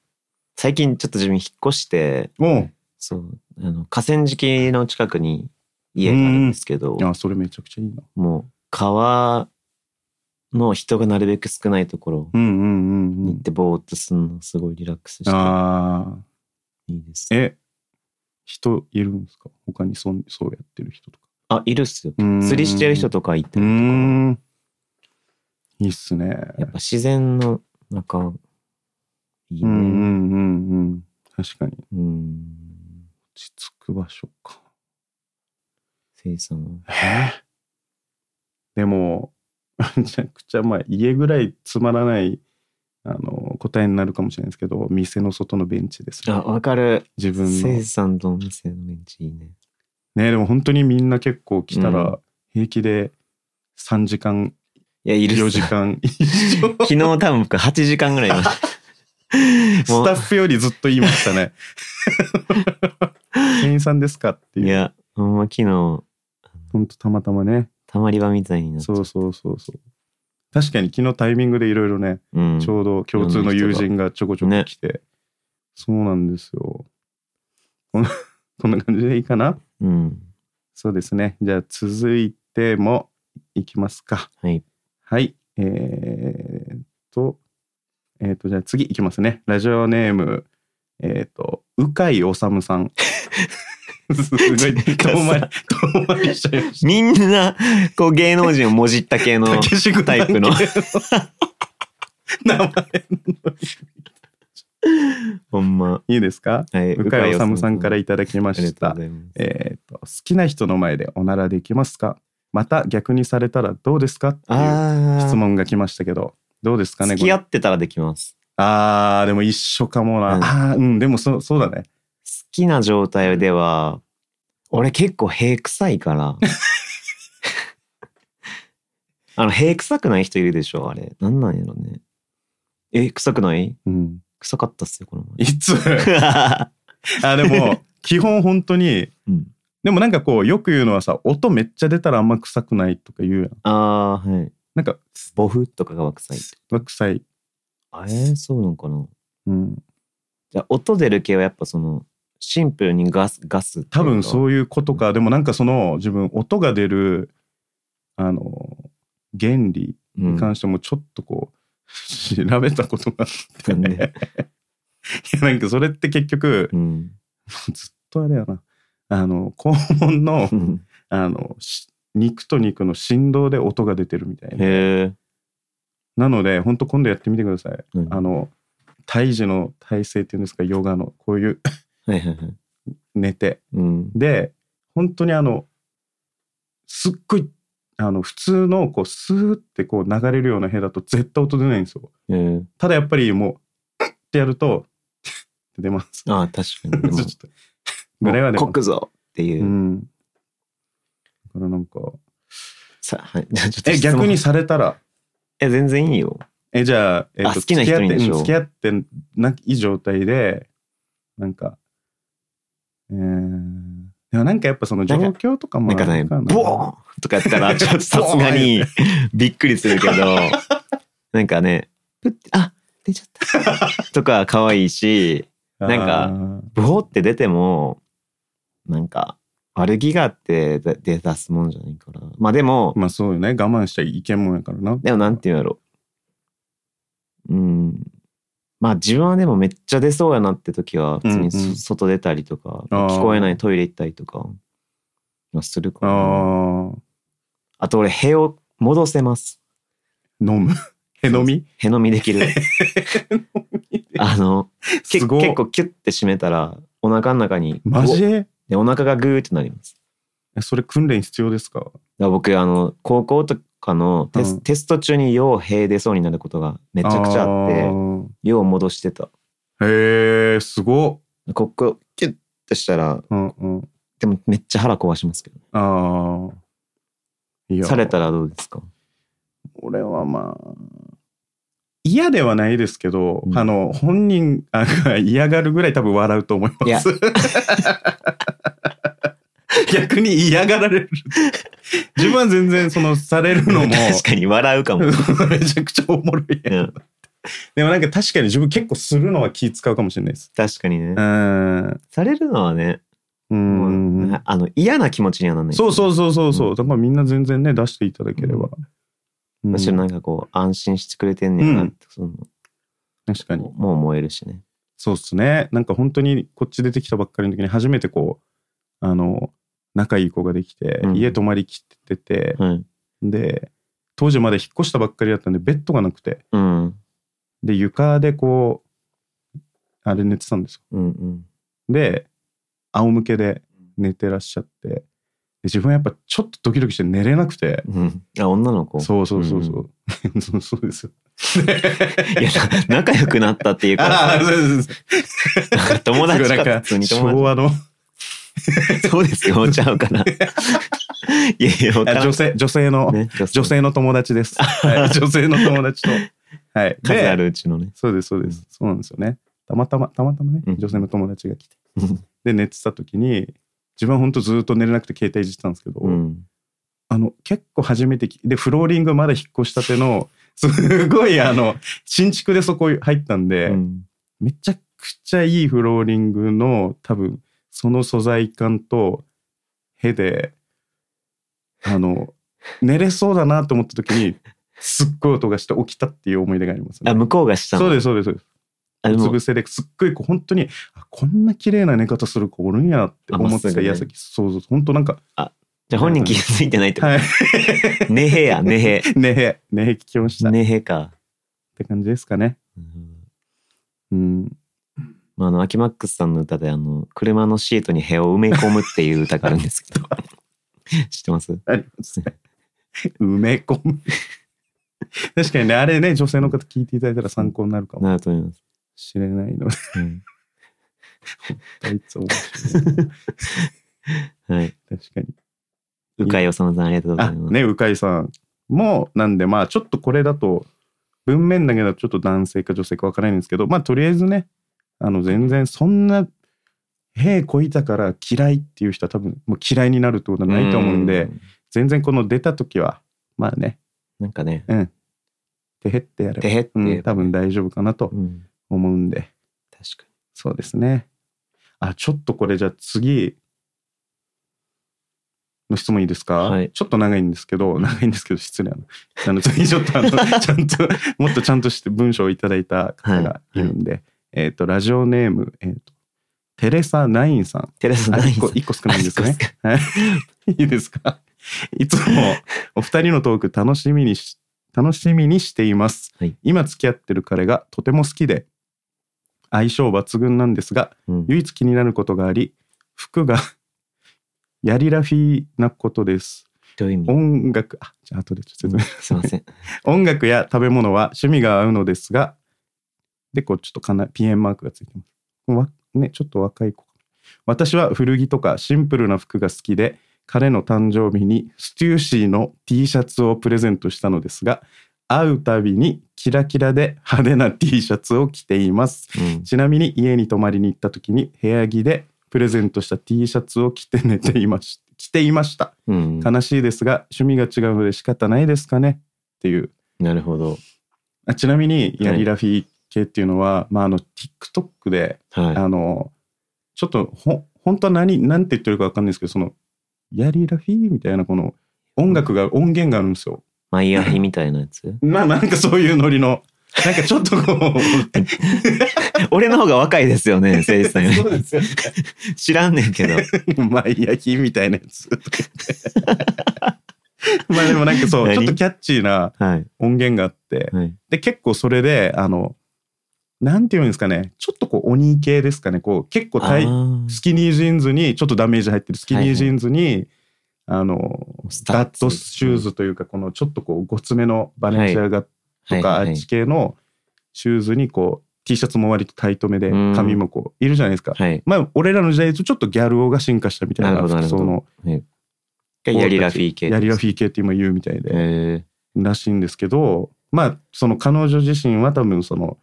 S3: 最近ちょっと自分引っ越して
S4: おう
S3: そうあの河川敷の近くに家があるんですけど
S4: あ、それめちゃくちゃいいな。
S3: もう川の人がなるべく少ないところ
S4: うんうんうんう
S3: に行っ
S4: ん。
S3: てぼーっとするのすごいリラックスして
S4: ああ、
S3: いいですね
S4: え、人いるんですか。他にそんそうやってる人とか。
S3: あいるっすよ
S4: うん
S3: 釣りしてる人とかいて
S4: う
S3: る
S4: ん。いいっすね。
S3: やっぱ自然の中いい
S4: うんうん
S3: ね
S4: うんうん。確かに落
S3: うん
S4: ち着く場所か。
S3: せいさんは
S4: えでも、めちゃくちゃ、まあ、家ぐらいつまらない、あの、答えになるかもしれないですけど、店の外のベンチですね
S3: あわかる
S4: 自分の。
S3: せい
S4: ね
S3: さんとお店のメンチいいね
S4: でも本当にみんな結構来た
S3: う
S4: ら、平気で3時間、
S3: いやいるっ
S4: 4
S3: す
S4: 時間一緒。
S3: 昨日多分僕8時間ぐらいいましたも
S4: ス
S3: う
S4: タッフよりずっと言いまし たね。店員さんですかって
S3: い
S4: いう。
S3: やほんま昨日
S4: 本当たまたまね。
S3: たまり場みたいになって
S4: そうそうそうそう。確かに昨日タイミングでいろいろね、
S3: うん
S4: ちょうど共通の友人がちょこちょこ来て、そうなんですよ。こんこんな 感じでいいかな
S3: うん
S4: そうですね。じゃあ続いてもいきますか。
S3: はい
S4: はい。えー、っと、えーっと、じゃあ次いきますね。ラジオネーム、えーっと、うかいおさむさん。 すごい、遠回り、遠回りしちゃいまし
S3: みんなこう芸能人をもじった系の
S4: た。竹志軍
S3: タイプの
S4: 関係の名前。
S3: ほんま
S4: いいですか
S3: はい
S4: 向井治さんから
S3: い
S4: いただきま
S3: ま
S4: し
S3: あ
S4: た
S3: りがとうご。ざいます
S4: えーと好きな人の前でおならできますかまた逆にされたらどうですかっていう
S3: あー
S4: 質問が来ましたけどどうですかね
S3: 付き合
S4: これ
S3: ってたらできます
S4: あーでも一緒かもな、
S3: うん
S4: あーうんでもそそうだね
S3: きな状態では、俺結構屁臭い から。あの、屁臭くない人いるでしょあれ。なんなんやろね。え、臭くない
S4: うん、
S3: 臭かったっすよ、この
S4: いつ
S3: 前。
S4: あでも基本本当に
S3: うん、
S4: でもなんかこうよく言うのはさ音めっちゃ出たらあんま臭くないとか言うやん
S3: ああー、はい。
S4: なんか
S3: ボフとかが臭い。
S4: は臭い、
S3: あれそうなんかな。
S4: うん、
S3: じゃあ音出る系はやっぱその、シンプルにガス、ガスっていうか。
S4: 多分そうういうことかでもなんかその自分音が出るあの原理
S3: い
S4: に関してもちょっとこう、 調べたことがあって、
S3: なん
S4: ね
S3: で、
S4: いやなんかそれって結局、
S3: うん。
S4: ずっとあれやなあの肛門の
S3: うん。
S4: あのし肉と肉の振動で音が出てるみたいな
S3: へえ。
S4: なので本当今度やってみてください
S3: うん
S4: あの胎児の体勢っていうんですかヨガのこういう
S3: はいはいはい。
S4: 寝て
S3: うん。
S4: で本当にあのすっごいあの普通のこうスーってこう流れるような部屋だと絶対音出ないんですよ
S3: へえ。
S4: ただやっぱりもうってやるとって出ます
S3: ああ、確かに。でも
S4: ちょっとぐらいは出
S3: もう
S4: ま
S3: 国ぞって
S4: す
S3: いうう。
S4: んだからなんか
S3: さ、はい。 じゃあちょっと
S4: え
S3: 質問
S4: 逆にされたら
S3: え、全然いいよ。
S4: えじゃあ,、えっと
S3: あ好きな人にでしょ
S4: 付き合ってうん付き合ってない状態でなんかえーでもなんかやっぱその状
S3: なん
S4: 況とかも
S3: なんか
S4: あ
S3: ね、
S4: る
S3: ボ
S4: か
S3: ー
S4: な
S3: ンとかやった ら、ちょっとさすがにびっくりするけど、なんか ね、プッて、あ出ちゃった。とか可愛いし、なんか
S4: あー
S3: ボーって出ても、なんか、悪気があって出出出すもんじゃないから。まあでも、
S4: まあそうよね我慢しちゃいけんもんやからな
S3: でもなんて言うんやろう。うん。まあ自分はでもめっちゃ出そうやなって時は普通にそ、
S4: うんうん
S3: 外出たりとか
S4: あー
S3: 聞こえないトイレ行ったりとかはするから
S4: あ
S3: あ
S4: ー
S3: と俺屁を戻せます
S4: 飲む へのみ
S3: へのみでき るあのけ
S4: す
S3: 結
S4: ごい
S3: 構キュッて締めたらお腹の中に
S4: マジ
S3: お
S4: え
S3: でお腹がグーってなります
S4: それ訓練必要ですか
S3: だから僕あの高校とかのテス,、
S4: うん
S3: テスト中にようへ出そうになることがめちゃくちゃあって
S4: て
S3: よう戻してた
S4: へえすご
S3: ここキュッてしたら
S4: っうんうん
S3: でもめっちゃ腹壊しますけど。
S4: ああいや
S3: されたらどうですか。
S4: 俺はまあ嫌ではないですけど、
S3: うん
S4: あの本人あが嫌がるぐらい多分笑うと思います 逆に嫌がられる自分は全然そのされる のも
S3: 確かに笑うか も。
S4: めちゃくちゃおもろいやん
S3: うん
S4: でもなんか確かに自分結構するのは気使うかもしれないです。
S3: 確かにね
S4: う。ん。う
S3: されるのはね、もうんなあの嫌な気持ちにはならない。
S4: そうそうそうそうそうう。
S3: ん
S4: だからみんな全然ね出していただければ。うん
S3: むしろなんかこう安心してくれてんねんなって、その
S4: 確かに。
S3: もう燃えるしね。
S4: そうっすね。なんか本当にこっち出てきたばっかりの時に初めてこうあの仲いい子ができて、
S3: うん
S4: 家泊まりきってて、
S3: うん。
S4: で当時まだ引っ越したばっかりだったんでベッドがなくて
S3: うん。
S4: で床でこうあれ寝てたんです
S3: う
S4: よ。
S3: んうん。
S4: で仰向けで寝てらっしゃってで自分はやっぱちょっとドキドキして寝れなくて
S3: うん。あ女の子。
S4: そうそうそうそう、 そうそうですよ
S3: いやな仲良くなったっていう
S4: あ
S3: か
S4: あ、そうそう そう
S3: なんか友達
S4: なん
S3: か
S4: か
S3: 普通に
S4: 昭
S3: 友
S4: 和の
S3: 達。そうですよ。ちゃうかな。いや いやわから
S4: あ
S3: ん
S4: 女性女性の
S3: ね
S4: 女性の友達です、はい、女性の友達とはい
S3: 数あ
S4: で
S3: るうちのね。
S4: そうですそうです、そうなんですよねたまたまたまたまね、
S3: うん
S4: 女性の友達が来て
S3: うん
S4: で寝てた時に自分は本当ずっと寝れなくて携帯いじってたんですけど、
S3: うん。
S4: あの、結構初めてき、で、フローリングまだ引っ越したての、すごい、あの、新築でそこ入ったんで、
S3: うん
S4: めちゃくちゃいいフローリングの、多分、その素材感と、へで、あ の、寝れそうだなと思った時に、すっごい音がして起きたっていう思い出があります
S3: あ
S4: ね。
S3: 向こうがしたの
S4: そうです、そうです、そうです。
S3: あで
S4: うつ
S3: も
S4: 伏せですっごいこう本当にあこんな綺麗な寝方する子おるんやなって思って
S3: あまっすぐ
S4: た
S3: ね
S4: 矢先、そうそう本当なんか
S3: じゃあ本人気づいてないってこ
S4: はい
S3: と。ねへや、ねへ。
S4: ねへねへ聞きま した、
S3: ねへか。
S4: って感じですかね。
S3: うん
S4: うん。
S3: まあ、あの、アキマックスさんの歌で、あの、車のシートにへを埋め込むっていう歌があるんです けど。知ってます
S4: ありますね。埋め込む。 確かにね、あれね、女性の方聞いていただいたら参考になるかも
S3: なると思います。
S4: しれないので。
S3: うん
S4: あいつ面白い。
S3: はい。
S4: 確かに。
S3: うかいおさまさん、ありがとうござ
S4: あ
S3: います。
S4: ね鵜飼さんもなんでまあちょっとこれだと文面だけだとちょっと男性か女性か分からないんですけどまあとりあえずねあの全然そんな「へえこいたから嫌い」っていう人は多分もう嫌いになるってことはないと思うんで
S3: ん
S4: 全然この出た時はまあね
S3: なんかね、
S4: てへってやれば
S3: てへって
S4: う
S3: 言えば、
S4: ん、多分大丈夫かなと
S3: うん
S4: 思うんで
S3: 確か
S4: そうですねあちょっとこれじゃあ次の質問いいですか、
S3: はい
S4: ちょっと長いんですけど長いんですけど失礼なあの次ちょ っとあのちゃんともっとちゃんとして文章をいただいた方がいるんで、えっ、とラジオネーム、えー、とテレサ・ナインさん
S3: に。テレサ
S4: あ
S3: ナイン
S4: 1
S3: さん
S4: 個一個少ないんですね
S3: あ一個少
S4: はい いいですかいつもお二人のトーク楽しみにし楽しみにしています、
S3: はい
S4: 今付き合ってる彼がとても好きで相性抜群なんですが
S3: うん
S4: 唯一気になることがあり服が やりラフィーなことです
S3: どういう意味
S4: 音楽あじゃあ後でちょっと説明
S3: すいません。
S4: 音楽や食べ物は趣味が合うのですが、で、こうちょっとかな、ピエンマークがついてます。わね、ちょっと若い子。私は古着とかシンプルな服が好きで、彼の誕生日にステューシーの T シャツをプレゼントしたのですが、会うたびにキラキラで派手な T シャツを着ています。
S3: うん
S4: ちなみに家に泊まりに行った時に部屋着でプレゼントした T シャツを着て寝ていまし着ていました。
S3: うん。
S4: 悲しいですが趣味が違うので仕方ないですかねっていう
S3: なるほど。
S4: あちなみに
S3: はい
S4: ヤリラフィ系っていうのは、まあ、あの TikTok で、
S3: は
S4: あのちょっとほ本当は何何て言ってるか分かんないですけどそのヤリラフィみたいなこの音楽が音源があるんですよ。
S3: い。マイアヒみたいなやつ
S4: まあなんかそういうノリのなんかちょっとこう
S3: 俺の方が若いですよ ね、誠司さんより
S4: そうですよ ね
S3: 知らんねん けど。
S4: マイヤヒみたいなやつ。まあでもなんかそう
S3: 何
S4: ちょっとキャッチーな
S3: はい。
S4: 音源があって
S3: はい。
S4: で結構それであのなんていうんですかねちょっとこう鬼系ですかねこう結構
S3: あ
S4: 体
S3: ー
S4: スキニージーンズにちょっとダメージ入ってるスキニージーンズに、あの
S3: ス
S4: ダッドシューズというかこのちょっとこうごつめのバレンシアガとかあ
S3: は
S4: っ
S3: い
S4: ち系のシューズにこう T シャツも割とタイトめで
S3: うん
S4: 髪もこういるじゃないですか。
S3: はい。はい
S4: まあ俺らの時代とちょっとギャル王が進化したみた
S3: な
S4: いな
S3: るほどなるほど
S4: その
S3: がヤリラフィー系。
S4: ヤリラフ
S3: ィー
S4: ィー系って今言うみたいで、
S3: えー、
S4: らしいんですけどまあその彼女自身は多分その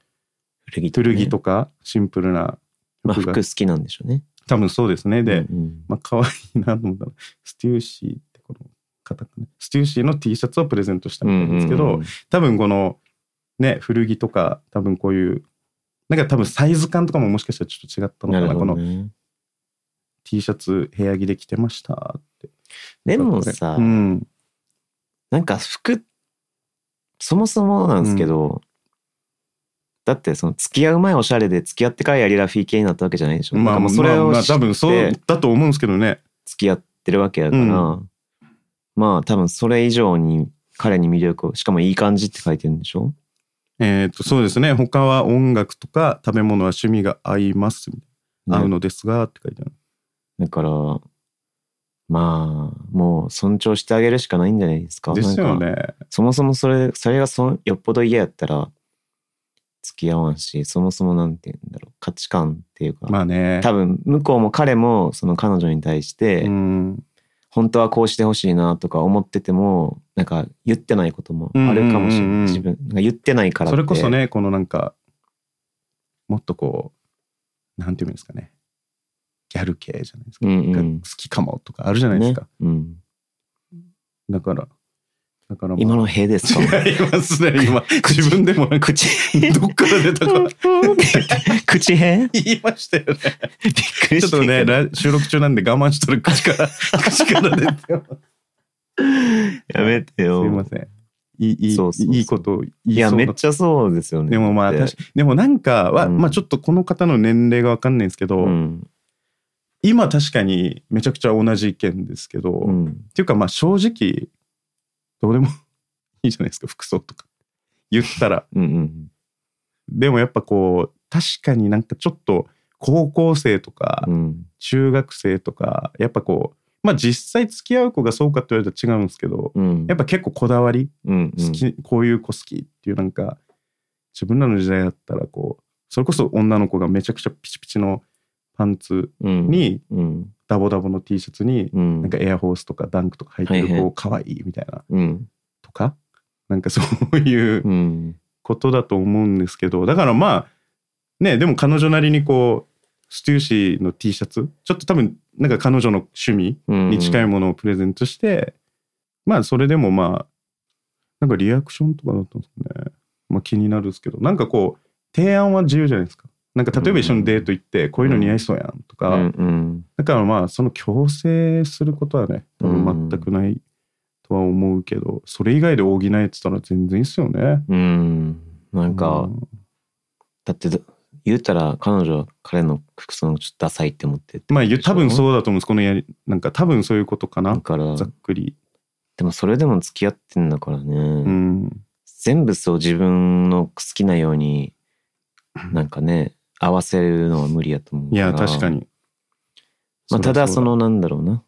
S3: 古着とかね
S4: 古着とかシンプルな
S3: まあ
S4: 服
S3: 服
S4: が
S3: 好きなんでしょうね。
S4: 多分そうですねで、
S3: うんうん
S4: まあ可愛いなと思ったらステューシーってこの方かなステューシーの T シャツをプレゼントしたみたいなんですけど、
S3: うんうんうん
S4: 多分このね古着とか多分こういうなんか多分サイズ感とかももしかしたらちょっと違ったの
S3: な
S4: か
S3: る
S4: な
S3: ほ
S4: こ
S3: ど、
S4: の
S3: ね。
S4: T シャツ部屋着で着てましたって
S3: でもさ、
S4: うん、
S3: なんか服そもそもなんですけど、だってその付き合う前おしゃれで付き合ってからヤリラフィー系になったわけじゃないでしょ。
S4: ま
S3: な
S4: あ
S3: んかも
S4: ま
S3: う
S4: あ
S3: それを
S4: まあ
S3: 知
S4: 多分
S3: っ
S4: そう
S3: て
S4: だと思うんですけどね
S3: 付き合ってるわけだから、
S4: う
S3: まあ多分それ以上に彼に魅力をしかもいい感じって書いてるんでしょ。
S4: えっとそうですね他は音楽とか食べ物は趣味が合います合うのですがって書いてある
S3: だからまあもう尊重してあげるしかないんじゃないですか。
S4: ですよ
S3: なんか
S4: ね
S3: そもそもそれそれがそよっぽど嫌やったら付き合わんしそもそもなんて言うんだろう価値観っていうか、
S4: まあね
S3: 多分向こうも彼もその彼女に対して、
S4: うん
S3: 本当はこうしてほしいなとか思っててもなんか言ってないこともあるかもしれない、
S4: うんうんうんうん
S3: 自分なんか言ってないからっ
S4: そ
S3: て
S4: れこそねこのなんかもっとこうなんていうんですかねギャル系じゃないですか、
S3: うんうん
S4: が好きかもとかあるじゃないです
S3: ね
S4: か、
S3: うん、
S4: だからだから、まあ、
S3: 今の塀です か
S4: 違いますね今自分でもなんか
S3: 口
S4: どっから出たか
S3: 口塀 びっ
S4: 言いましたよね
S3: くり
S4: ち
S3: し
S4: ょったとね
S3: けど
S4: ラ収録中なんで我慢したら口 から口から出てます
S3: やめてよ
S4: すいませんいいいい
S3: そうそうそう
S4: いいことを言
S3: い
S4: い
S3: や
S4: そう
S3: め
S4: な
S3: っちゃそうですよね
S4: でもまあ
S3: だって
S4: 確かでもなんかは、
S3: うん
S4: まあちょっとこの方の年齢がわかんないんですけど、
S3: うん
S4: 今確かにめちゃくちゃ同じ意見ですけど、
S3: う
S4: っ
S3: ん
S4: ていうかまあ正直どうでも いいじゃないですか服装とか言ったら
S3: うんうん
S4: でもやっぱこう確かになんかちょっと高校生とか
S3: うん
S4: 中学生とかやっぱこうまあ実際付き合う子がそうかって言われたら違うんですけど
S3: うん
S4: やっぱ結構こだわり
S3: うんうん
S4: 好き、こういう子好きっていうなんか自分らの時代だったらこうそれこそ女の子がめちゃくちゃピチピチのパンツ
S3: うん、
S4: に
S3: うん、
S4: ダボダボの T シャツに
S3: うん、
S4: なんかエアホースとかダンクとか履いてる
S3: はいは
S4: 子
S3: い
S4: かわいいみたいな
S3: うん、
S4: とかなんか そういう
S3: うん、
S4: ことだと思うんですけどだからまあねでも彼女なりにこうステューシーの T シャツちょっと多分なんか彼女の趣味
S3: うん、
S4: に近いものをプレゼントして、まあそれでもまあなんかリアクションとかだったんですかね、まあ、気になるんですけどなんかこう提案は自由じゃないですかなんか例えば一緒にデート行って、こういうの似合いそうやんとか、
S3: うん、うん、
S4: だからまあその強制することはね多分全くないとは思うけど、それ以外で補えてたら全然いいっすよね。
S3: うん、なんか、
S4: うん
S3: だって言うたら彼女彼の服装のちょっとダサいって思って
S4: まあゆ多分
S3: う
S4: そうだと思うんですこのやりなんか多分そういうことか
S3: だ
S4: な
S3: から
S4: ざっくり。
S3: でもそれでも付き合ってんだからね、
S4: うん
S3: 全部そう自分の好きなようになんかね合わせるのは無理やと思う
S4: い
S3: い
S4: や確かに。
S3: まあ、ただそのなんだろうな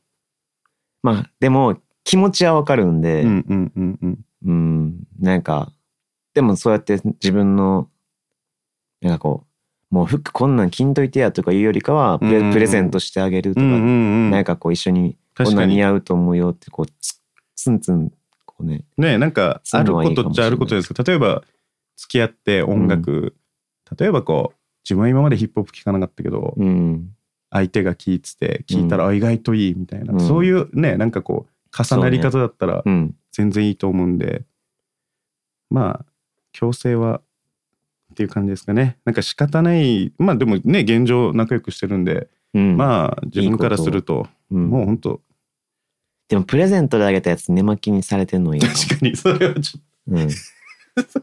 S3: まあでも気持ちはわかるんで
S4: りゃそうだうんうんうんうん
S3: うんなんかでもそうやって自分のなんかこうもう服こんなん着んといてやとかいうよりかはプレ,、
S4: うん
S3: プレゼントしてあげると
S4: う
S3: か、
S4: んうんうん
S3: なんかこう一緒にこ
S4: 確
S3: んな
S4: か
S3: ん
S4: に
S3: 似合うと思うよってこうつつんつんこうね
S4: ねなんか
S3: そう
S4: あ
S3: いう
S4: る
S3: のはい
S4: こ
S3: いか
S4: とっ
S3: もし
S4: ちゃ
S3: れない
S4: あることですけど例えば付き合って音楽、例えばこう自分は今までヒップホップ聴かなかったけど、
S3: うん
S4: 相手が聴いてて聴いたら、あ意外といいみたいな、
S3: うん
S4: そういうねなんかこう重なり方だったら
S3: うん
S4: 全然いいと思うんで、まあ強制はっていう感じですかねなんか仕方ないまあでもね現状仲良くしてるんで、
S3: うん
S4: まあ自分からすると
S3: うん
S4: もう本当
S3: でもプレゼントであげたやつ寝巻きにされてんのいいかも
S4: 確かにそれはちょっ
S3: うん、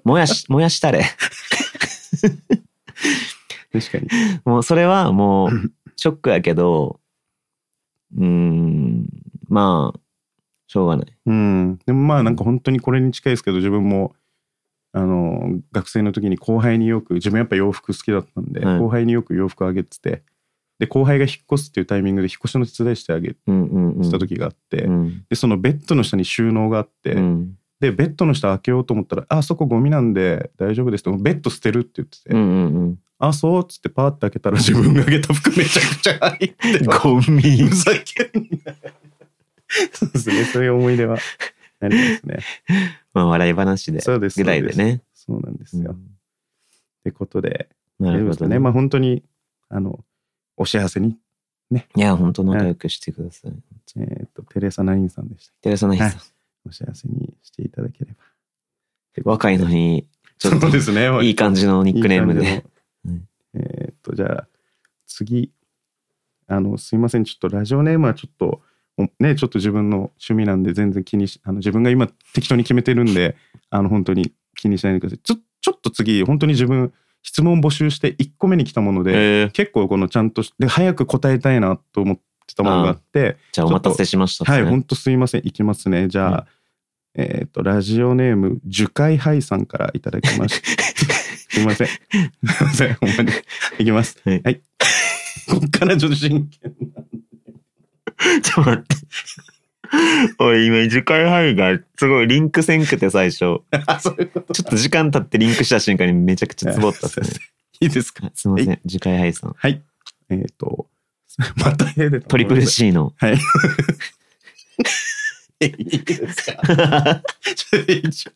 S3: 燃や し燃やしたれ
S4: と確かに
S3: もうそれはもうショックやけどうーんまあしょうがない
S4: うん、でもまあなんか本当にこれに近いですけど自分もあの学生の時に後輩によく自分やっぱ洋服好きだったんで、
S3: はい
S4: 後輩によく洋服あげててで後輩が引っ越すっていうタイミングで引っ越しの手伝いしてあげ
S3: うんうんうん
S4: した時があって、
S3: うん
S4: でそのベッドの下に収納があって、
S3: うん
S4: でベッドの下開けようと思ったら「あそこゴミなんで大丈夫です」って「ベッド捨てる」って言ってて「
S3: うんうん
S4: あそう」っつってパーって開けたら自分があげた服めちゃくちゃ入って
S3: うん
S4: て
S3: ゴミ
S4: ふざけん な。そうですね、そういう思い出はありますね。
S3: まあ笑い話で
S4: そうです
S3: ぐらいで。ね
S4: そうですそうなんですよ。
S3: う
S4: っ
S3: ん
S4: てことで、
S3: な
S4: 大丈夫
S3: る
S4: で
S3: ほ
S4: す
S3: ど
S4: かね。まあ本当に、あの、お幸せに、
S3: いや本当仲良くしてください
S4: えーっと、テレサ・ナインさんでした。
S3: 寺さん
S4: はい
S3: さん
S4: お幸せにしていただければ。
S3: 若いのにちょっ
S4: そうですね。
S3: といい感じのニックネーム
S4: いい
S3: で
S4: 感
S3: う
S4: じ
S3: ん
S4: の。えーっと、じゃあ、次。あの、すいません。ちょっとラジオネームはちょっと、おね、ちょっと自分の趣味なんで全然気にし、あの自分が今適当に決めてるんで、 あの、本当に気にしないでください。ちょ、ちょっと次、本当に自分、質問募集して1個目に来たもので、
S3: へえ
S4: 結構このちゃんとしで早く答えたいなと思ってたものがあって
S3: じゃあお待たせしました
S4: はい
S3: そ
S4: ほんとすいませんいきますねじゃあ、
S3: は
S4: えっ、とラジオネーム樹海ハイさんからいただきました すいませんすいませんほんまにいきます
S3: はい
S4: こっからちょっと真剣な
S3: れちょっと待って 俺今受解範囲がすごいリンクせんくて最初ちょ
S4: あそういうこと
S3: っと時間経ってリンクした瞬間にめちゃくちゃツボったっすね
S4: いいですか
S3: すいません受解範囲さん
S4: はいえっ、とまた絵で
S3: トリプル C の
S4: いいですかちょっと一応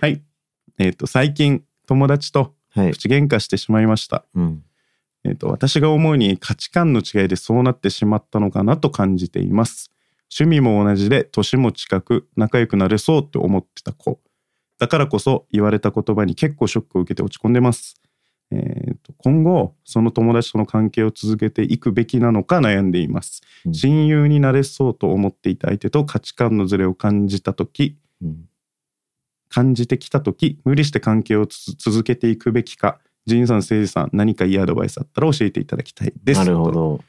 S4: はいえっ、と最近友達と
S3: はい
S4: 口喧嘩してしまいました
S3: うん
S4: えー、と私が思うに価値観の違いでそうなってしまったのかなと感じています趣味も同じで年も近く仲良くなれそうって思ってた子だからこそ言われた言葉に結構ショックを受けて落ち込んでます、えー、と今後その友達との関係を続けていくべきなのか悩んでいます、
S3: うん
S4: 親友になれそうと思っていた相手と価値観のズレを感じた時
S3: うん
S4: 感じてきた時無理して関係をつ続けていくべきかジンさん誠司さん何かいいアドバイスあったら教えていただきたいです
S3: なるほど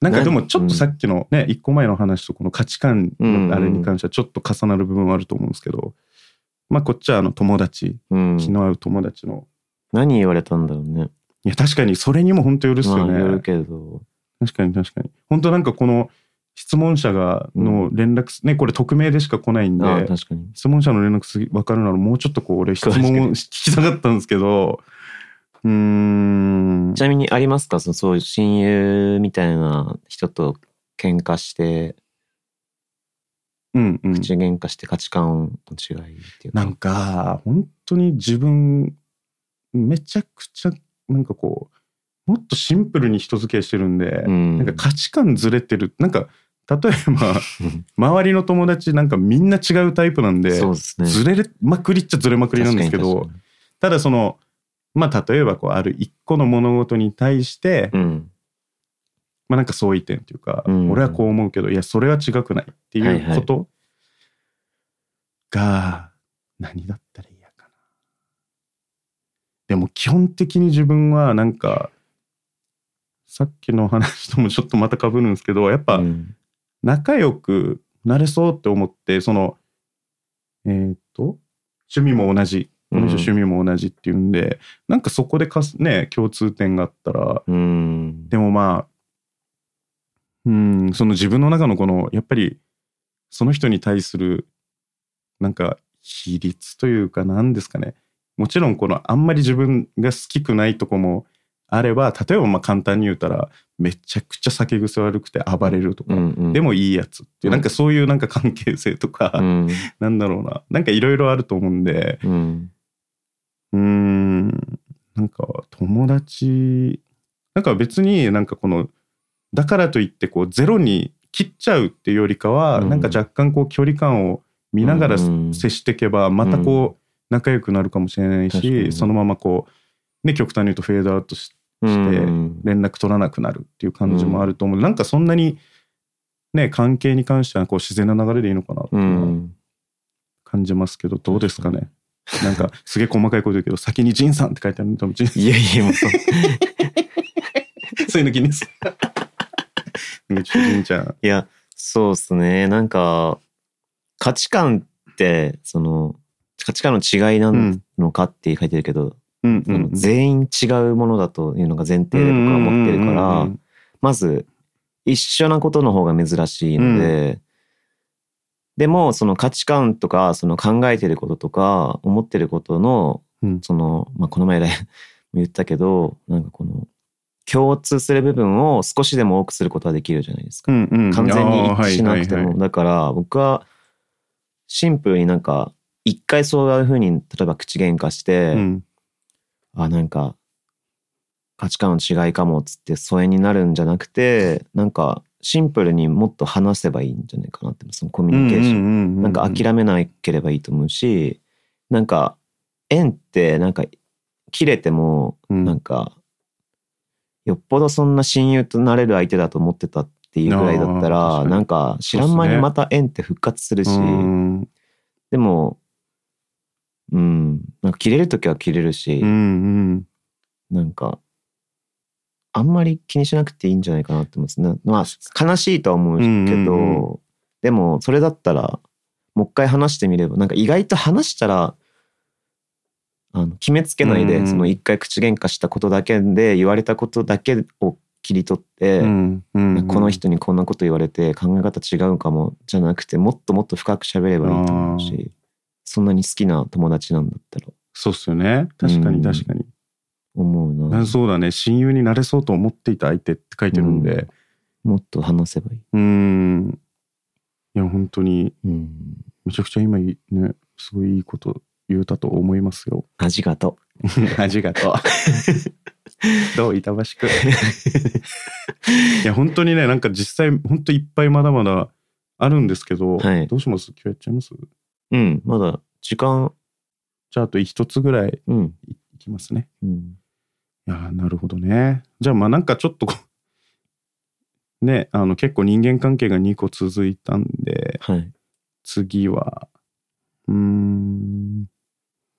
S4: なんかでも
S3: なん
S4: ちょっとさっきのね一個前の話とこの価値観のあれに関してはちょっと重なる部分はあると思うんですけどまあこっちはあの友達
S3: うん
S4: 気の合う友達の
S3: 何言われたんだろうね
S4: いや確かにそれにも本当よるっすよ
S3: まあよ
S4: ね
S3: るけど
S4: 確かに確かに本当なんかこの質問者がの連絡すねこれ匿名でしか来ないんで
S3: ああ確かに
S4: 質問者の連絡すぎ分かるならもうちょっとこう俺質
S3: 確か
S4: 問を
S3: に
S4: 聞きたかったんですけどうーん
S3: ちなみにありますかそのそういう親友みたいな人と喧嘩して
S4: うんうん
S3: 口喧嘩して価値観の違いっていう
S4: な
S3: か
S4: んか本当に自分めちゃくちゃなんかこうもっとシンプルに人付き合いしてるんで、
S3: うん
S4: なんか価値観ずれてるなんか例えば周りの友達なんかみんな違うタイプなんで
S3: そうですね
S4: ずれまくりっちゃずれまくりなんですけ
S3: 確か
S4: ど
S3: に確か
S4: ただそのまあ例えばこうある一個の物事に対して、
S3: にうん
S4: まあなんか相違点というか、
S3: うん
S4: 俺はこう思うけどいやそれは違くないっていうことが何だったら嫌かな。でも基本的に自分はなんかさっきの話ともちょっとまた被るんですけどやっぱ、
S3: うん
S4: 仲良くなれそうって思ってそのえっ、と趣味も同じこの人趣味も同じっていうんで、なんかそこでかすね共通点があったら
S3: うん
S4: でもまあうんその自分の中のこのやっぱりその人に対するなんか比率というか何ですかねもちろんこのあんまり自分が好きくないとこもあれば例えばまあ簡単に言うたらめちゃくちゃ酒癖悪くて暴れるとか、
S3: うんうん
S4: でもいいやつっていう、
S3: うん
S4: なんかそういうなんか関係性とか、
S3: うん
S4: なんだろうな、なんかいろいろあると思うんで、
S3: うん
S4: うーん、なんか友達、なんか別になんかこの、だからといってこうゼロに切っちゃうっていうよりかは、
S3: うん
S4: なんか若干こう距離感を見ながら
S3: うん
S4: 接していけば、またこう仲良くなるかもしれない
S3: 確か
S4: し、
S3: に
S4: そのままこう、ね、極端に言うとフェードアウトして
S3: うん
S4: 連絡取らなくなるっていう感じもあると思う、なんかそんなにね関係に関してはこう自然な流れでいいのかなと
S3: う
S4: は
S3: ん
S4: 感じますけど、どうですかねなんかすげえ細かいこと言うけど先に「仁さん」って書いてあるの多分仁さん
S3: いやいやもうそうい
S4: そういうの気にするねちょっと仁ちゃん
S3: やそうっすねなんか価値観ってその価値観の違いな
S4: うん
S3: のかって書いてるけど、
S4: うん
S3: その全員違うものだというのが前提で僕は思ってるから、
S4: うん
S3: まず一緒なことの方が珍しいので、でもその価値観とかその考えてることとか思ってることの
S4: うん
S3: その、まあ、この 前言ったけどなんかこの共通する部分を少しでも多くすることはできるじゃないですか、
S4: うんうん
S3: 完全に一致しなくても、
S4: あーはいはいはい
S3: だから僕はシンプルになんか一回そういうふうに例えば口喧嘩して、
S4: うん
S3: あなんか価値観の違いかもっつって疎遠になるんじゃなくてなんかシンプルにもっと話せばいいんじゃないかなってそのコミュニケーション、
S4: ン
S3: なんか諦めなければいいと思うしなんか縁ってなんか切れても
S4: うん
S3: なんかよっぽどそんな親友となれる相手だと思ってたっていうぐらいだった
S4: あー確
S3: ら
S4: かに
S3: なんか知らん間に
S4: そうっすね
S3: また縁って復活するし、
S4: うん
S3: でもうんなんか切れる時は切れるし、
S4: うんうん
S3: なんか、あんまり気にしなくていいんじゃないかなって思うんですね。まあ、悲しいとは思うけど、
S4: うんうん
S3: でも、それだったら、もう一回話してみれば、なんか意外と話したら、あの決めつけないで、
S4: うんうん
S3: その一回口喧嘩したことだけで、言われたことだけを切り取って、
S4: うんうん
S3: この人にこんなこと言われて考え方違うかもじゃなくてもっともっと深く喋ればいいと思うしそんなに好きな友達なんだったら
S4: そうっすよね確かに確かに
S3: 思うな
S4: あそうだね親友になれそうと思っていた相手って書いてるんで
S3: もっと話せばいい。
S4: うんいや本当に
S3: うん
S4: めちゃくちゃ今いいねすごいいいこと言うたと思いますよ
S3: ありがと
S4: あり がとうどう板橋くんいや本当にねなんか実際本当いっぱいまだまだあるんですけど、
S3: はい
S4: どうします今日やっちゃいます
S3: う。うん、まだ時間。
S4: じゃああと一つぐらい
S3: うん。
S4: いいきますね
S3: うん、
S4: いやーなるほどね。じゃあまあなんかちょっとこうねあの結構人間関係が2個続いたんで
S3: はい。
S4: 次はうーん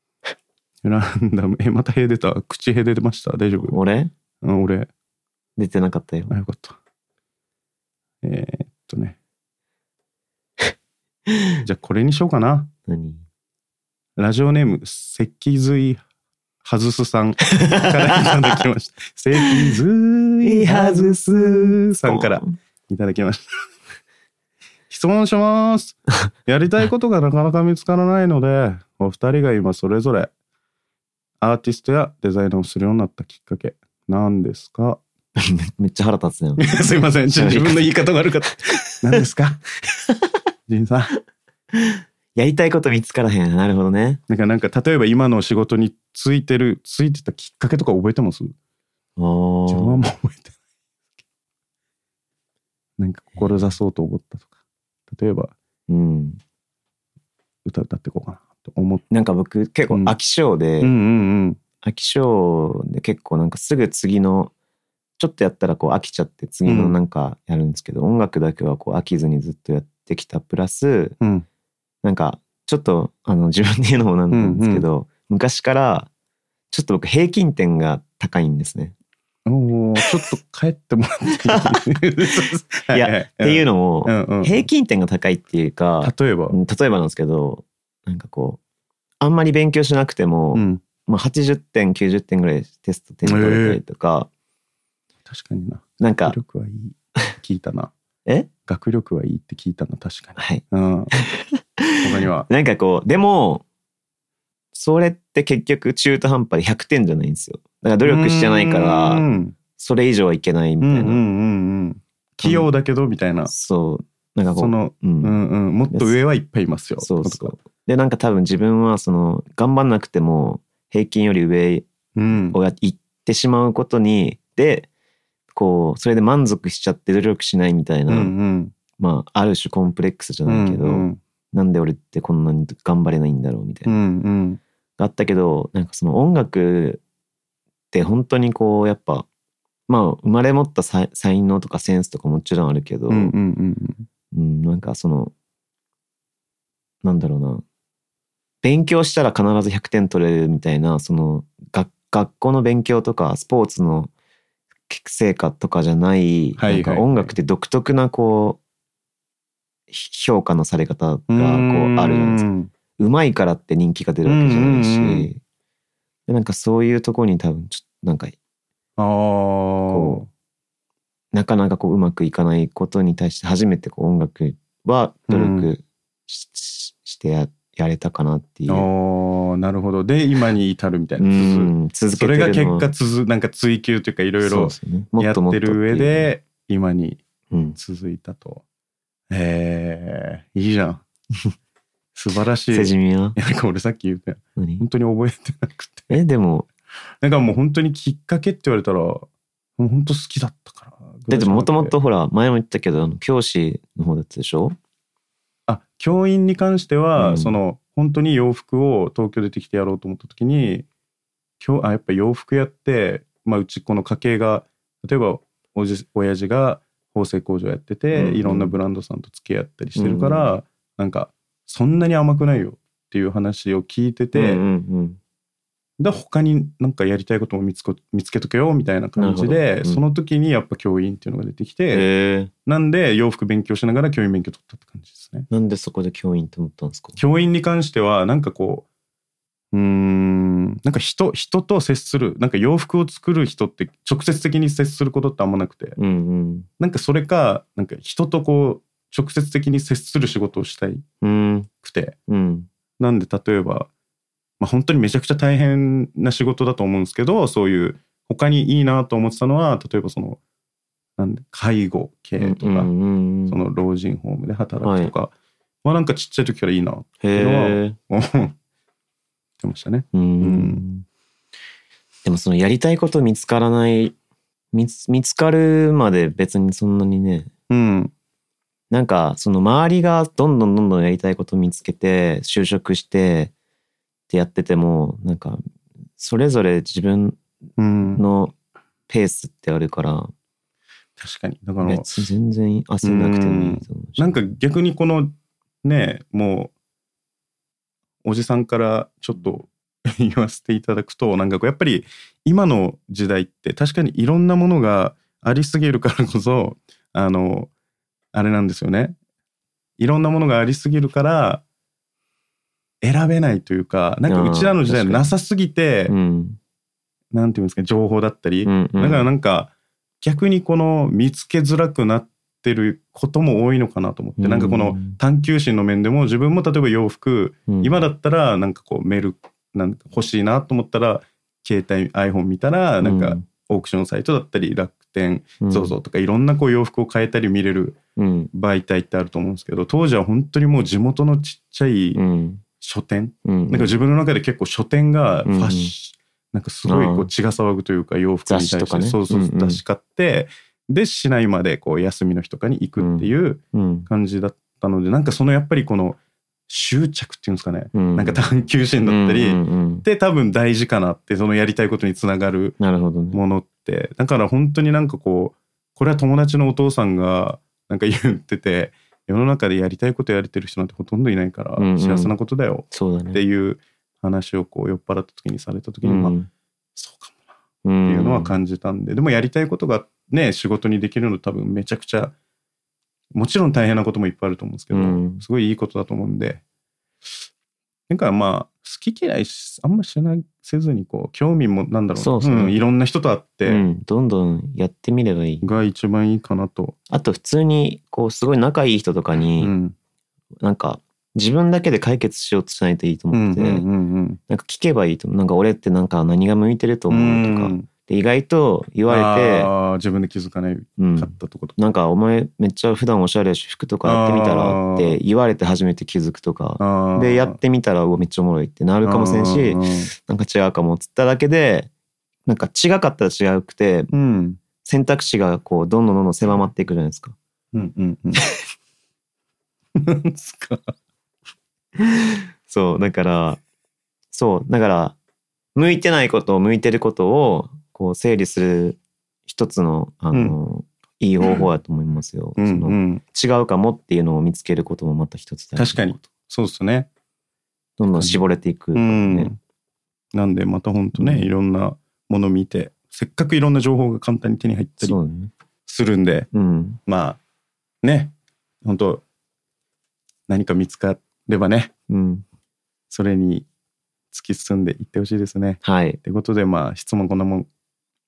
S4: ランダムえまた屁出た口屁出てました大丈夫
S3: 俺
S4: あ俺
S3: 出てなかったよ。
S4: あよかったえー、っとねじゃあこれにしようかな
S3: 何
S4: ラジオネーム脊髄外すさんからいただきました脊髄外すさんから。いただきました。質問します。やりたいことがなかなか見つからないので、お二人が今それぞれアーティストやデザイナーをするようになったきっかけ何ですか
S3: めっちゃ腹立つね。
S4: すいませんちょっと自分の言い方悪かった 何ですか 仁さん
S3: やりたいこと見つからへん。なるほどね。
S4: なんかなんか例えば今の仕事についてるついてたきっかけとか覚えてます
S3: お
S4: 自分は
S3: ー
S4: もう覚えてないなんか志そうと思ったとか例えば
S3: うん。
S4: 歌歌っていこうかなと思って
S3: なんか僕結構飽き性で、
S4: うんうんうん
S3: 飽き性で結構なんかすぐ次のちょっとやったらこう飽きちゃって次のなんかやるんですけど、音楽だけはこう飽きずにずっとやってきたプラス
S4: うん
S3: なんかちょっとあの自分で言うのもなんですけど、昔からちょっと僕平均点が高いんですね。
S4: おーちょっと帰ってもらっていい
S3: い やっていう
S4: の
S3: のも、平均点が高いっていうか
S4: 例えば、
S3: うん例えばなんですけどなんかこうあんまり勉強しなくても、
S4: うん、
S3: まあ、80点90点ぐらいテスト点取れたりとか、
S4: 確かにな
S3: なんか
S4: 学力はいい聞いたな
S3: え
S4: 学力はいいって聞いたな確かに
S3: はい
S4: うん他に は
S3: なんかこう、でも、それって結局中途半端で100点じゃないんですよ。だから努力してないか
S4: う
S3: ら、
S4: ん
S3: それ以上はいけないみ
S4: う
S3: たい
S4: ん
S3: な。
S4: うんうんうん器用だけどみたいな
S3: そう。なんかこう、
S4: その
S3: う。
S4: うんんうんもっと上はいっぱいいますよ
S3: そうそ
S4: とか
S3: う。で、なんか多分自分は、その、頑張んなくても、平均より上
S4: うん
S3: をや行ってしまうことに、で、こう、それで満足しちゃって努力しないみたい
S4: うん
S3: な、
S4: うん
S3: まあ、ある種コンプレックスじゃないけど、
S4: うん
S3: なんで俺ってこんなに頑張れないんだろうみたいな
S4: う。んうん
S3: があったけどなんかその音楽って本当にこうやっぱまあ生まれ持った才才能とかセンスとかもちろんあるけど、
S4: うんうんうん
S3: うんなんかそのなんだろうな勉強したら必ず100点取れるみたいなその学学校の勉強とかスポーツの成果とかじゃない、
S4: はいはいはい
S3: なんか音楽って独特なこうひ評価のされ方がこうあるじゃないですか。うまいからって人気が出るわけじゃないし、
S4: うんうんうん
S3: でなんかそういうとこに多分ちょっとなんか
S4: ああ
S3: こなかなかこううまくいかないことに対して初めてこう音楽は努力し,し、してややれたかなっていう、
S4: ああなるほどで今に至るみたいうな、
S3: ん、続け
S4: そ
S3: てる
S4: れ
S3: の
S4: が
S3: は
S4: 結果続なんか追求というかいろい
S3: そう
S4: ろ
S3: ですねも
S4: や
S3: っとも
S4: っ
S3: っと
S4: て
S3: ってい
S4: る
S3: う
S4: 上で今に
S3: うん、
S4: 続いたとえー、いいじゃん 素晴 らしい
S3: セジ
S4: い
S3: ミは
S4: やなんか俺さっき言ったよ
S3: 何
S4: 本当に覚えてなくて
S3: えでも
S4: なんかもう本当にきっかけって言われたらもう本当好きだったから
S3: だってもともとほら前も言ったけどあの教師の方だったでしょ
S4: あ教員に関しては、
S3: うん
S4: その本当に洋服を東京出てきてやろうと思った時に今日あやっぱ洋服やって、まあ、うちこの家系が例えばおじ親父が縫製工場やってて、
S3: うんうん
S4: いろんなブランドさんと付き合ったりしてるから、なんかそんなに甘くないよっていう話を聞いてて、
S3: うんうん
S4: で他になんかやりたいことも見つこ見つけとけよみたいな感じ
S3: なる
S4: で、
S3: ほどうん
S4: その時にやっぱ教員っていうのが出てき
S3: うん、
S4: て、
S3: へえ
S4: なんで洋服勉強しながら教員免許取ったって感じですね。
S3: なんでそこで教員って思ったんですか
S4: 教員に関してはなんかこううーんなんか人人と接するなんか洋服を作る人って直接的に接することってあんまなくて
S3: うんうん
S4: なんかそれかなんか人とこう直接的に接する仕事をしたい
S3: うん
S4: くて
S3: うん
S4: なんで例えば、まあ、本当にめちゃくちゃ大変な仕事だと思うんですけどそういう他にいいなと思ってたのは例えばそのなんで介護系とか、
S3: うんうんうん
S4: その老人ホームで働くとかはなんかちっちゃい時からいいなと
S3: へえ。
S4: 思ってましたね。
S3: うんん。でもそのやりたいこと見つからない見つ見つかるまで別にそんなにね
S4: うん、
S3: なんかその周りがどんどんどんどんやりたいこと見つけて就職してってやっててもなんかそれぞれ自分
S4: うん、
S3: のペースってあるから
S4: 確かにだから
S3: 別に全然焦んなくてもいいと思うし
S4: なんか逆にこのねもうおじさんからちょっと 言わせていただくとなんかこうやっぱり今の時代って確かにいろんなものがありすぎるからこそあのあれなんですよねいろんなものがありすぎるから選べないというかなんかうちらの時代
S3: あー確かに
S4: なさすぎて、
S3: うん
S4: なんていうんですか情報だったり、
S3: うんうん
S4: だからなんか逆にこの見つけづらくなってることも多いのかなと思って、なんかこ
S3: う
S4: の
S3: ん
S4: 探求心の面でも自分も例えば洋服、
S3: うん
S4: 今だったらなんかこうメルなんか欲しいなと思ったら携帯 iPhone 見たらなんかオークションサイトだったり楽天
S3: うん、
S4: ZOZO とかいろんなこう洋服を変えたり見れる
S3: うん。
S4: 媒体ってあると思うんですけど当時は本当にもう地元のちっちゃい
S3: うん。
S4: 書店、
S3: うん。
S4: なんか自分の中で結構書店がファッシ、なんかすごいこ
S3: う
S4: うん血が騒ぐというか洋服に対して
S3: 雑誌とかね
S4: そうそう
S3: うんうん
S4: 雑誌買って、で市内までこう休みの日とかに行くっていう
S3: うん。
S4: 感じだったので、なんかそのやっぱりこの執着っていうんですかね、
S3: うん。
S4: なんか探求心だったり、
S3: うんうんうん
S4: で多分大事かなってそのやりたいことにつながる
S3: なるほどね。
S4: ものってだから本当になんかこうこれは友達のお父さんがなんか言ってて世の中でやりたいことやれてる人なんてほとんどいないから
S3: うんうん
S4: 幸せなことだよ
S3: そうだ
S4: っ
S3: ね。
S4: ていう話をこう酔っ払った時にされた時
S3: う
S4: に、まあ
S3: ん。
S4: そうかも
S3: うん
S4: っていうのは感じたんで、でもやりたいことがね仕事にできるの多分めちゃくちゃもちろん大変なこともいっぱいあると思うんですけど、
S3: うん
S4: すごいいいことだと思うんでなんかまあ好き嫌いしあんましないせずにこう興味もなんだろうな
S3: そうそう
S4: うんいろんな人と会って。
S3: うん。どんどんやってみればいい。
S4: が一番いいかなと。
S3: あと普通にこうすごい仲いい人とか
S4: う
S3: に
S4: ん
S3: なんか自分だけで解決しようとしないといいと
S4: う
S3: 思
S4: ん
S3: って
S4: う
S3: てなん
S4: ん
S3: か聞けばいいと思うなんか俺ってなんか何が向いてると
S4: う
S3: 思うとか
S4: ん。
S3: で意外と言われて
S4: あー自分で気づかないか
S3: うん
S4: ったとこと。
S3: なんかお前めっちゃ普段おしゃれやし服とかやってみたらって言われて初めて気づくとか
S4: あー
S3: でやってみたらうわめっちゃおもろいってなるかもしれんし
S4: うん
S3: なんか違うかもっつっただけでなんか違かったら違うくて
S4: うん
S3: 選択肢がこうどんどんどんどん狭まっていくじゃないですか。
S4: うんうんうん。なんすか。
S3: そうだからそうだから向いてないことを向いてることをこう整理する一つのあの、いい方法だと思いますよ。
S4: うんう
S3: そ
S4: ん。
S3: の違うかもっていうのを見つけることもまた一つ大事
S4: 確かに。そうですね。
S3: どんどん絞れていく、
S4: う
S3: ね
S4: ん。なんでまた本当ね、
S3: うん
S4: いろんなもの見てせっかくいろんな情報が簡単に手に入ったり
S3: そうだね。
S4: するんで
S3: うん。
S4: まあね本当何か見つかればね
S3: うん。
S4: それに突き進んでいってほしいですね。
S3: はい。
S4: ということでまあ質問こんなもん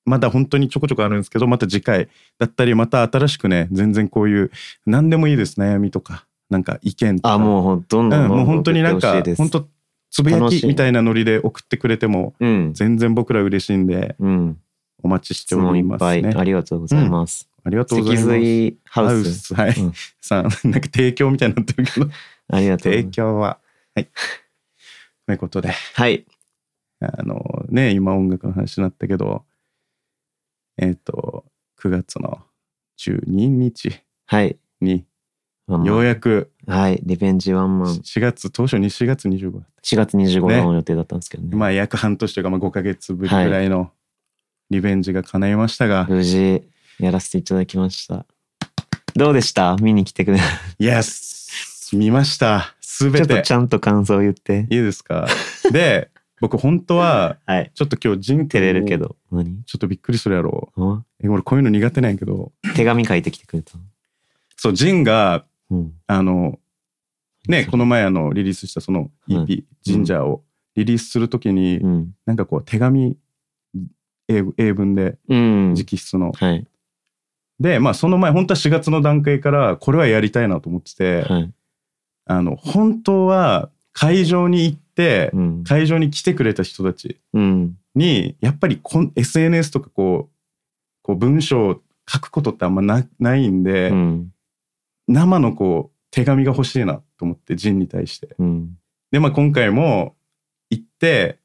S4: まだ本当にちょこちょこあるんですけどまた次回だったりまた新しくね全然こういう何でもいいです悩みとかなんか意見とか
S3: あもうほんどんどん
S4: うん
S3: どんど
S4: もうん本当になん
S3: 送
S4: か
S3: ってほしいです
S4: 本当つぶやきみたいなノリで送ってくれても
S3: うん。
S4: 全然僕ら嬉しいんで
S3: うん。
S4: お待ちして
S3: 質
S4: お
S3: 問
S4: り
S3: いっ
S4: ま
S3: ぱ
S4: す
S3: い
S4: ね。
S3: ありがとうございます。
S4: ありがとうござ
S3: 脊
S4: います。
S3: 髄ハウス。
S4: はい、
S3: うん
S4: さんなんか提供みたいになってる けど
S3: ありがとうござい
S4: 提
S3: ます。
S4: 供ははいということで
S3: はい。
S4: あのね、今音楽の話になったけど、えっ、と、9月の12日
S3: はい。
S4: に、
S3: ワンマン
S4: ようやく
S3: はい。リベンジワンマン。
S4: 4月、当初に4月25
S3: 4
S4: 日、
S3: 月25日の予定だったんですけどね。
S4: まあ約半年というか、まあ、5ヶ月ぶりぐらいのリベンジが叶いましたが、
S3: 無事やらせていただきました。どうでした見に来てくれ。ち
S4: イエス見ましたすべ
S3: ょっと
S4: て
S3: ちゃんと感想を言って。
S4: いいで すかで、僕本当は、
S3: はい。
S4: ちょっと今日ジン
S3: 照れるけ
S4: ど。
S3: ど。何
S4: ちょっとびっくりするやろ
S3: お
S4: う。え俺こういうの苦手なんやけど、
S3: 手紙書いてきてくれた。
S4: そう、ジンが、
S3: うん。
S4: あの、ね、この前あのリリースしたその EP「
S3: は
S4: ジンジャー」をリリースするときに、
S3: うん。
S4: なんかこう手紙英語英文で
S3: うん。
S4: 直筆の、
S3: はい。
S4: でまあその前本当は4月の段階からこれはやりたいなと思ってて、
S3: はい。
S4: あの本当は会場に行って、
S3: うん。
S4: 会場に来てくれた人たち
S3: うん。
S4: にやっぱりこん SNS とかこうこう文章を書くことってあんまなないんで、
S3: うん。
S4: 生のこう手紙が欲しいなと思ってジンに対して。
S3: うん。
S4: で、まあ、今回も行って、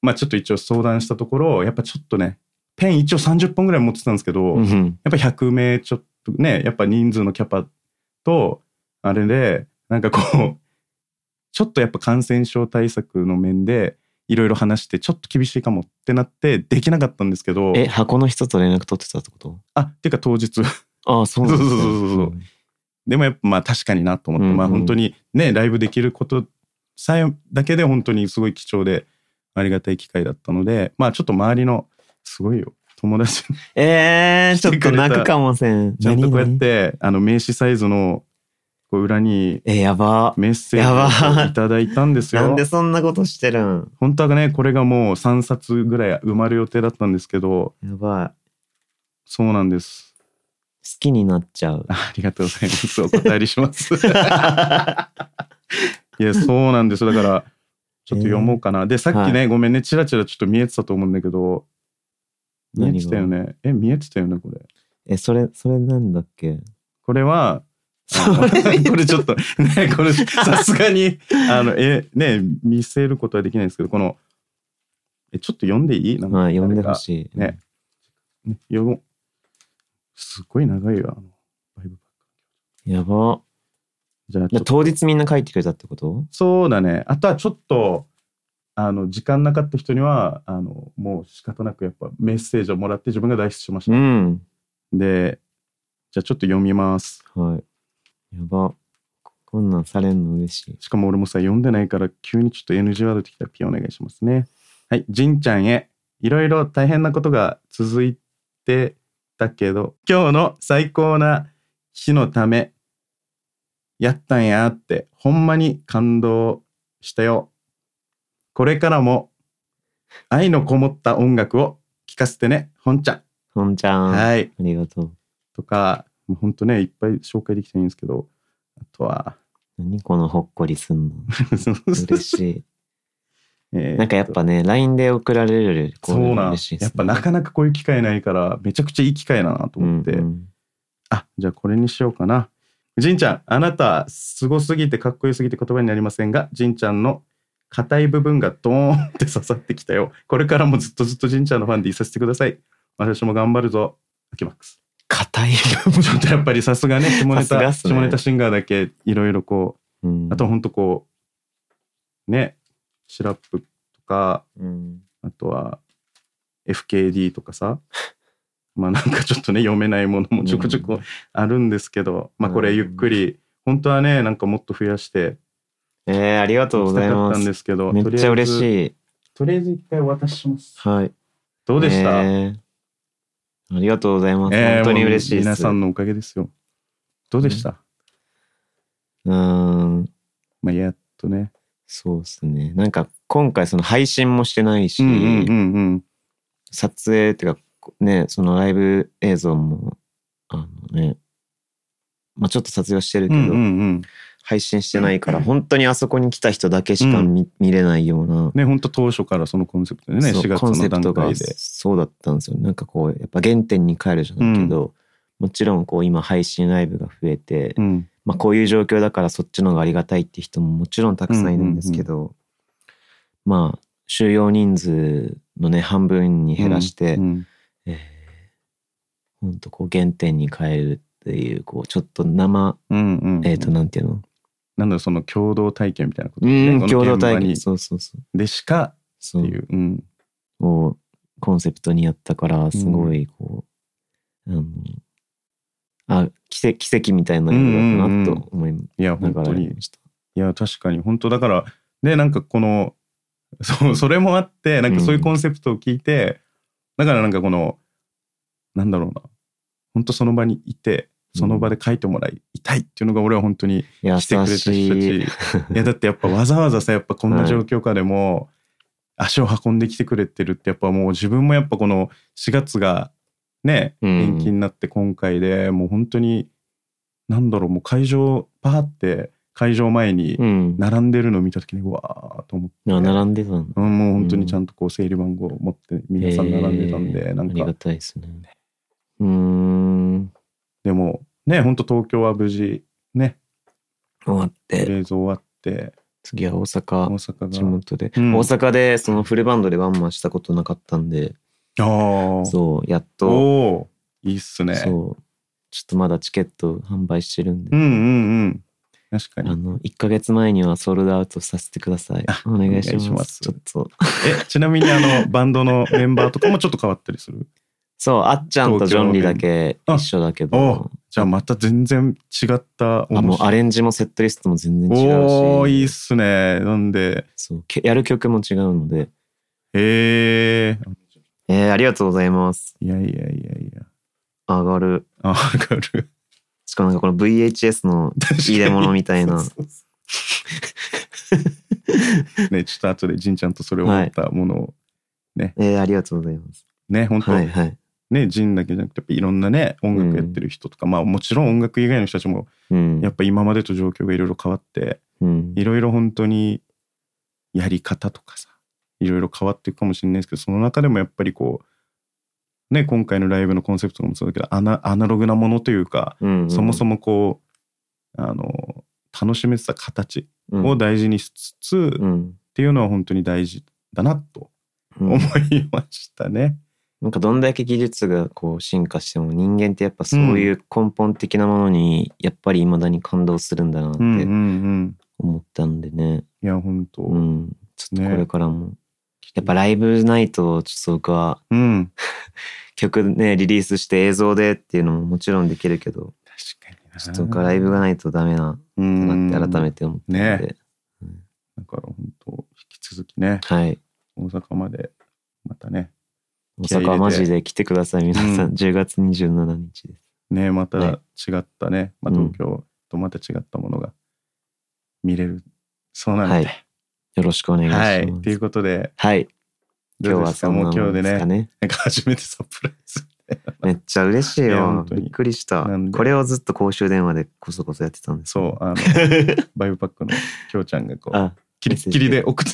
S4: まあ、ちょっと一応相談したところやっぱちょっとねペン一応30本ぐらい持ってたんですけど、
S3: う
S4: やっ
S3: ん。
S4: ぱ100名ちょっとねやっぱ人数のキャパとあれでなんかこうちょっとやっぱ感染症対策の面でいろいろ話してちょっと厳しいかもってなってできなかったんですけど
S3: え、箱の人と連絡取ってたってこと
S4: あっていうか当日
S3: ああ、そうなんですね
S4: そうそうそうそうでもやっぱまあ確かになと思って、
S3: うんうん
S4: まあ本当にねライブできることさえだけで本当にすごい貴重でありがたい機会だったのでまあちょっと周りのすごいよ友達に
S3: えー、ちょっと泣くかもせん。
S4: ちゃんとこうやっ
S3: 何々
S4: てあの名刺サイズのこう裏に
S3: え、やば。
S4: メッセージ
S3: やば
S4: をいただいたんです
S3: なん
S4: よ
S3: で。そんなことしてるん
S4: 本当はねこれがもう3冊ぐらい埋まる予定だったんですけど
S3: やばい。
S4: そうなんです。
S3: 好きになっちゃ う。
S4: あありがとうござい ます。お断りします。いやそうなんですだからちょっと読もうかな。で、さっきね、ごめんね、チラチラちょっと見えてたと思うんだけど、見えてたよね。え、見えてたよね、これ。
S3: え、それ、それなんだっけ
S4: これは、
S3: そ
S4: あの
S3: れ
S4: これちょっと、ね、これ、さすがに、あの、え、ね、見せることはできないんですけど、この、え、ちょっと読んでいいなんか
S3: まあ、読んでほしい。
S4: ねね読もう。すごい長いよ、あの、バイブ
S3: やば。
S4: じゃあち
S3: じ
S4: ょ
S3: ゃ
S4: っ
S3: あ
S4: と、
S3: 当日みんな書いてくれたってこと
S4: そうだね。あとはちょっと、あの、時間なかった人には、あの、もう仕方なくやっぱメッセージをもらって自分が代筆しました。
S3: うん。
S4: で、じゃあちょっと読みます。
S3: はい。やば。こんなんされんの嬉しい。
S4: しかも俺もさ、読んでないから、急にちょっと NG ワードできたらピーお願いしますね。はい、じんちゃんへ。いろいろ大変なことが続いてたけど、今日の最高な日のため、やったんやって、ほんまに感動したよ。これからも、愛のこもった音楽を聴かせてね、ほんちゃん。
S3: ほんちゃん。あ
S4: はい。
S3: りがとう。
S4: とか、もうほんとね、いっぱい紹介できたらいいんですけど、あとは、
S3: 何このほっこりすんの嬉しい。
S4: えー
S3: なんかやっぱね、LINE で送られるよりこ
S4: そう
S3: いう
S4: う
S3: の
S4: なん
S3: 嬉しい
S4: やっぱなかなかこういう機会ないからめちゃくちゃいい機会だなと
S3: と
S4: 思って、あじゃあこれにしようかなじんちゃんあなたすごすぎてかっこよすぎて言葉になりませんがじんちゃんの硬い部分がドーンって刺さってきたよこれからもずっとずっとじんちゃんのファンでいさせてください私も頑張るぞアキマ ックス
S3: 硬い
S4: ちょっとやっぱりさすがね下
S3: さ
S4: ネ
S3: すが
S4: タ
S3: っすね
S4: 下ネタシンガーだけいろいろこ
S3: 部分。
S4: うあとほんとこうねシラップとか
S3: うん、
S4: あとは FKD とかさ まあなんかちょっとね読めないものもちょこちょこあるんですけど、まあこれゆっくり本当はねなんかもっと増やして
S3: えー、ありがとうご
S4: 行き
S3: ざ
S4: た
S3: い
S4: かっ
S3: ま。
S4: たんですすけど
S3: めっちゃ嬉
S4: い
S3: しい。
S4: とりあえず一回渡します
S3: はい。
S4: どうでした、
S3: えーありがとうございます。
S4: え
S3: 本
S4: ー
S3: 当に嬉しい
S4: も
S3: で
S4: う
S3: す。
S4: 皆さんのおかげですよどうでした、
S3: うーん、
S4: まあやっとね
S3: そうですね。なんか今回その配信もしてないし、
S4: うんうんうんうん
S3: 撮影っていうかね、そのライブ映像もあのね、まあちょっと撮影はしてるけ
S4: う
S3: ど、
S4: んうんうん
S3: 配信してないから本当にあそこに来た人だけしか見,、見れないような。
S4: ね本当当初からそのコンセプトでね
S3: そう
S4: 4月
S3: コンセ
S4: の
S3: プト
S4: 段
S3: が
S4: 階で
S3: そうだったんですよなんかこうやっぱ原点に帰るじゃないけど、もちろんこう今配信ライブが増えて、
S4: うん
S3: まあ、こういう状況だからそっちの方がありがたいって人ももちろんたくさんいるんですけど、まあ収容人数のね半分に減らして、
S4: うん
S3: えーほんとこう原点に変えるっていうこうちょっと生
S4: うんうん
S3: えっ、となんていうの、
S4: なんだろうその共同体験みたいなこと
S3: う
S4: だよね
S3: ん
S4: この
S3: 共同体
S4: 現場
S3: 験
S4: に
S3: そうそうそう
S4: でしか
S3: そ
S4: っていうう、うん、
S3: をコンセプトにやったからすごいこう、あのあ奇跡奇跡みたいな映画だなと思い
S4: いや
S3: な
S4: 本
S3: が
S4: 当
S3: ら
S4: に
S3: やりました。
S4: いや確かに本当だからでなんかこの そうそれもあってなんかそういうコンセプトを聞いて、だからなんかこのなんだろうな本当その場にいてその場で書いてもらいたいっていうのが俺は本当に
S3: 優
S4: 来てくれた人たち
S3: しい。
S4: いやだってやっ ぱわざわざさやっぱこんな状況下でも足を運んできてくれてるってやっぱもう自分もやっぱこの4月がね
S3: うん
S4: 延期になって今回でもう本当になんだろうもう会場パーって会場前に
S3: うん。
S4: 並んでるのを見た時にうわーっと思って、
S3: あ並んでたんだ。
S4: うんもう本当にちゃんとこう整理番号を持って皆さん並んでたんで、
S3: えー
S4: なん
S3: あり
S4: か
S3: がたいですね。うーん。
S4: でもね本当東京は無事ね
S3: 終わっ
S4: 映
S3: て、
S4: 像終わって
S3: 次は大
S4: 大
S3: 阪、地
S4: 阪が
S3: 元で。
S4: うん
S3: 大阪でそのフルバンドでワンマンしたことなかったんで、
S4: ああ
S3: そう、やっ
S4: お
S3: と、
S4: おーいいっすね
S3: そう、ちょっとまだチケット販売してるんで
S4: うん、うんうん。確か
S3: あ
S4: に。
S3: の、1ヶ月前にはソールドアウトさせてください。お願いします。
S4: お願いします
S3: ちょっと。
S4: え、ちなみにあの、バンドのメンバーとかもちょっと変わったりする
S3: そう、あっちゃんとジョンリーだけ
S4: あ
S3: 一緒だけ
S4: お
S3: ど、
S4: じゃあまた全然違った
S3: あもうア
S4: れ
S3: レンジもセットリストも全然違うし、
S4: おー、いいっすね。なんで、
S3: そうけやる曲も違うので、
S4: えー、
S3: えー、ありがとうございます。
S4: いやいやいやいや。
S3: 上がる。
S4: あ、わかる。
S3: しかもなんかこの VHS の入れ物みたいな。
S4: そうそうそう。ね、ちょっと後でじんちゃんとそれを持ったものを、
S3: えー、ありがとうございます。
S4: ね、本当、
S3: はいはい。
S4: ね、ジンだけじゃなくて、やっぱいろんなね、音楽やってる人とか、まあもちろん音楽以外の人たちも、
S3: うん。
S4: やっぱ今までと状況がいろいろ変わって、
S3: うん
S4: いろいろ本当にやり方とかさいろいろ変わっていくかもしれないですけどその中でもやっぱりこうね今回のライブのコンセプトもそうだけどアナアナログなものというか、
S3: うんうん
S4: そもそもこうあの楽しめてた形
S3: うん
S4: を大事にしつつ、
S3: う
S4: っ
S3: ん
S4: ていうのは本当に大事だなと
S3: うん
S4: 思いましたね。
S3: なんかどんだけ技術がこう進化しても人間ってやっぱそういう根本的なものにやっぱり未だに感動するんだなっ
S4: うん、うん、う
S3: て
S4: ん
S3: 思ったんでね、
S4: いや本当、
S3: うんちょっとこれ
S4: ね
S3: からも、やっぱライブナイトをちょっと僕は
S4: うん
S3: 曲ねリリースして映像でっていうのももちろんできるけど
S4: 確かにな
S3: ちょっと僕はライブがないとダメな
S4: うん
S3: なって改めて思って
S4: ねだから本当引き続きね
S3: はい
S4: 大阪までまたね
S3: 大
S4: 気合い入れ
S3: 阪
S4: て
S3: はマジで来てください皆さん、
S4: うん
S3: 10月27日です
S4: ねまた
S3: ね
S4: 違ったね、まあ、
S3: うん
S4: 東京とまた違ったものが見れる、そうなん
S3: は
S4: で
S3: いよろしくお願いします
S4: はい
S3: はい、
S4: ということで
S3: 今日
S4: どう
S3: は
S4: ですか
S3: そんな
S4: も
S3: も
S4: うん今日で
S3: です
S4: ね
S3: かね
S4: なんか初めてサプライズ
S3: めっちゃ嬉しい
S4: いや
S3: よ
S4: 本。当に
S3: びっくりした
S4: なん。で
S3: これをずっと公衆電話でこそこそやってたんです。
S4: そう あのバイブパックのきょうちゃんがこう
S3: あ、
S4: キリッキリで送って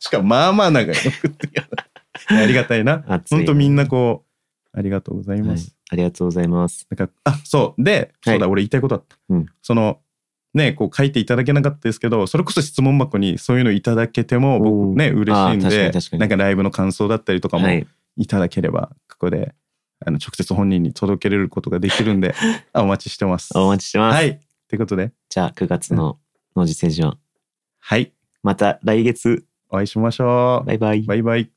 S4: しかもまあまあ長い送って きたありがたいな
S3: 熱い
S4: ほんとみんなこうありがとうござい
S3: は
S4: ま
S3: い
S4: す、、
S3: ありがとうございます。
S4: なんかあそうでそうだ、
S3: は
S4: 俺言いたいことあった、
S3: うん
S4: そのねこう書いていただけなかったですけどそれこそ質問箱にそういうのいただけても
S3: おー
S4: 僕ね嬉しいん
S3: あー確かに
S4: で
S3: 確かに
S4: なんかライブの感想だったりとかも
S3: はい、
S4: いただければここであの直接本人に届けれることができるんで あお待ちしてます。
S3: お待ちしてます。
S4: はいということで
S3: じゃあ9月の農事政治は
S4: はい
S3: また来月
S4: お会いしましょう。
S3: バイバイ。
S4: バイバイ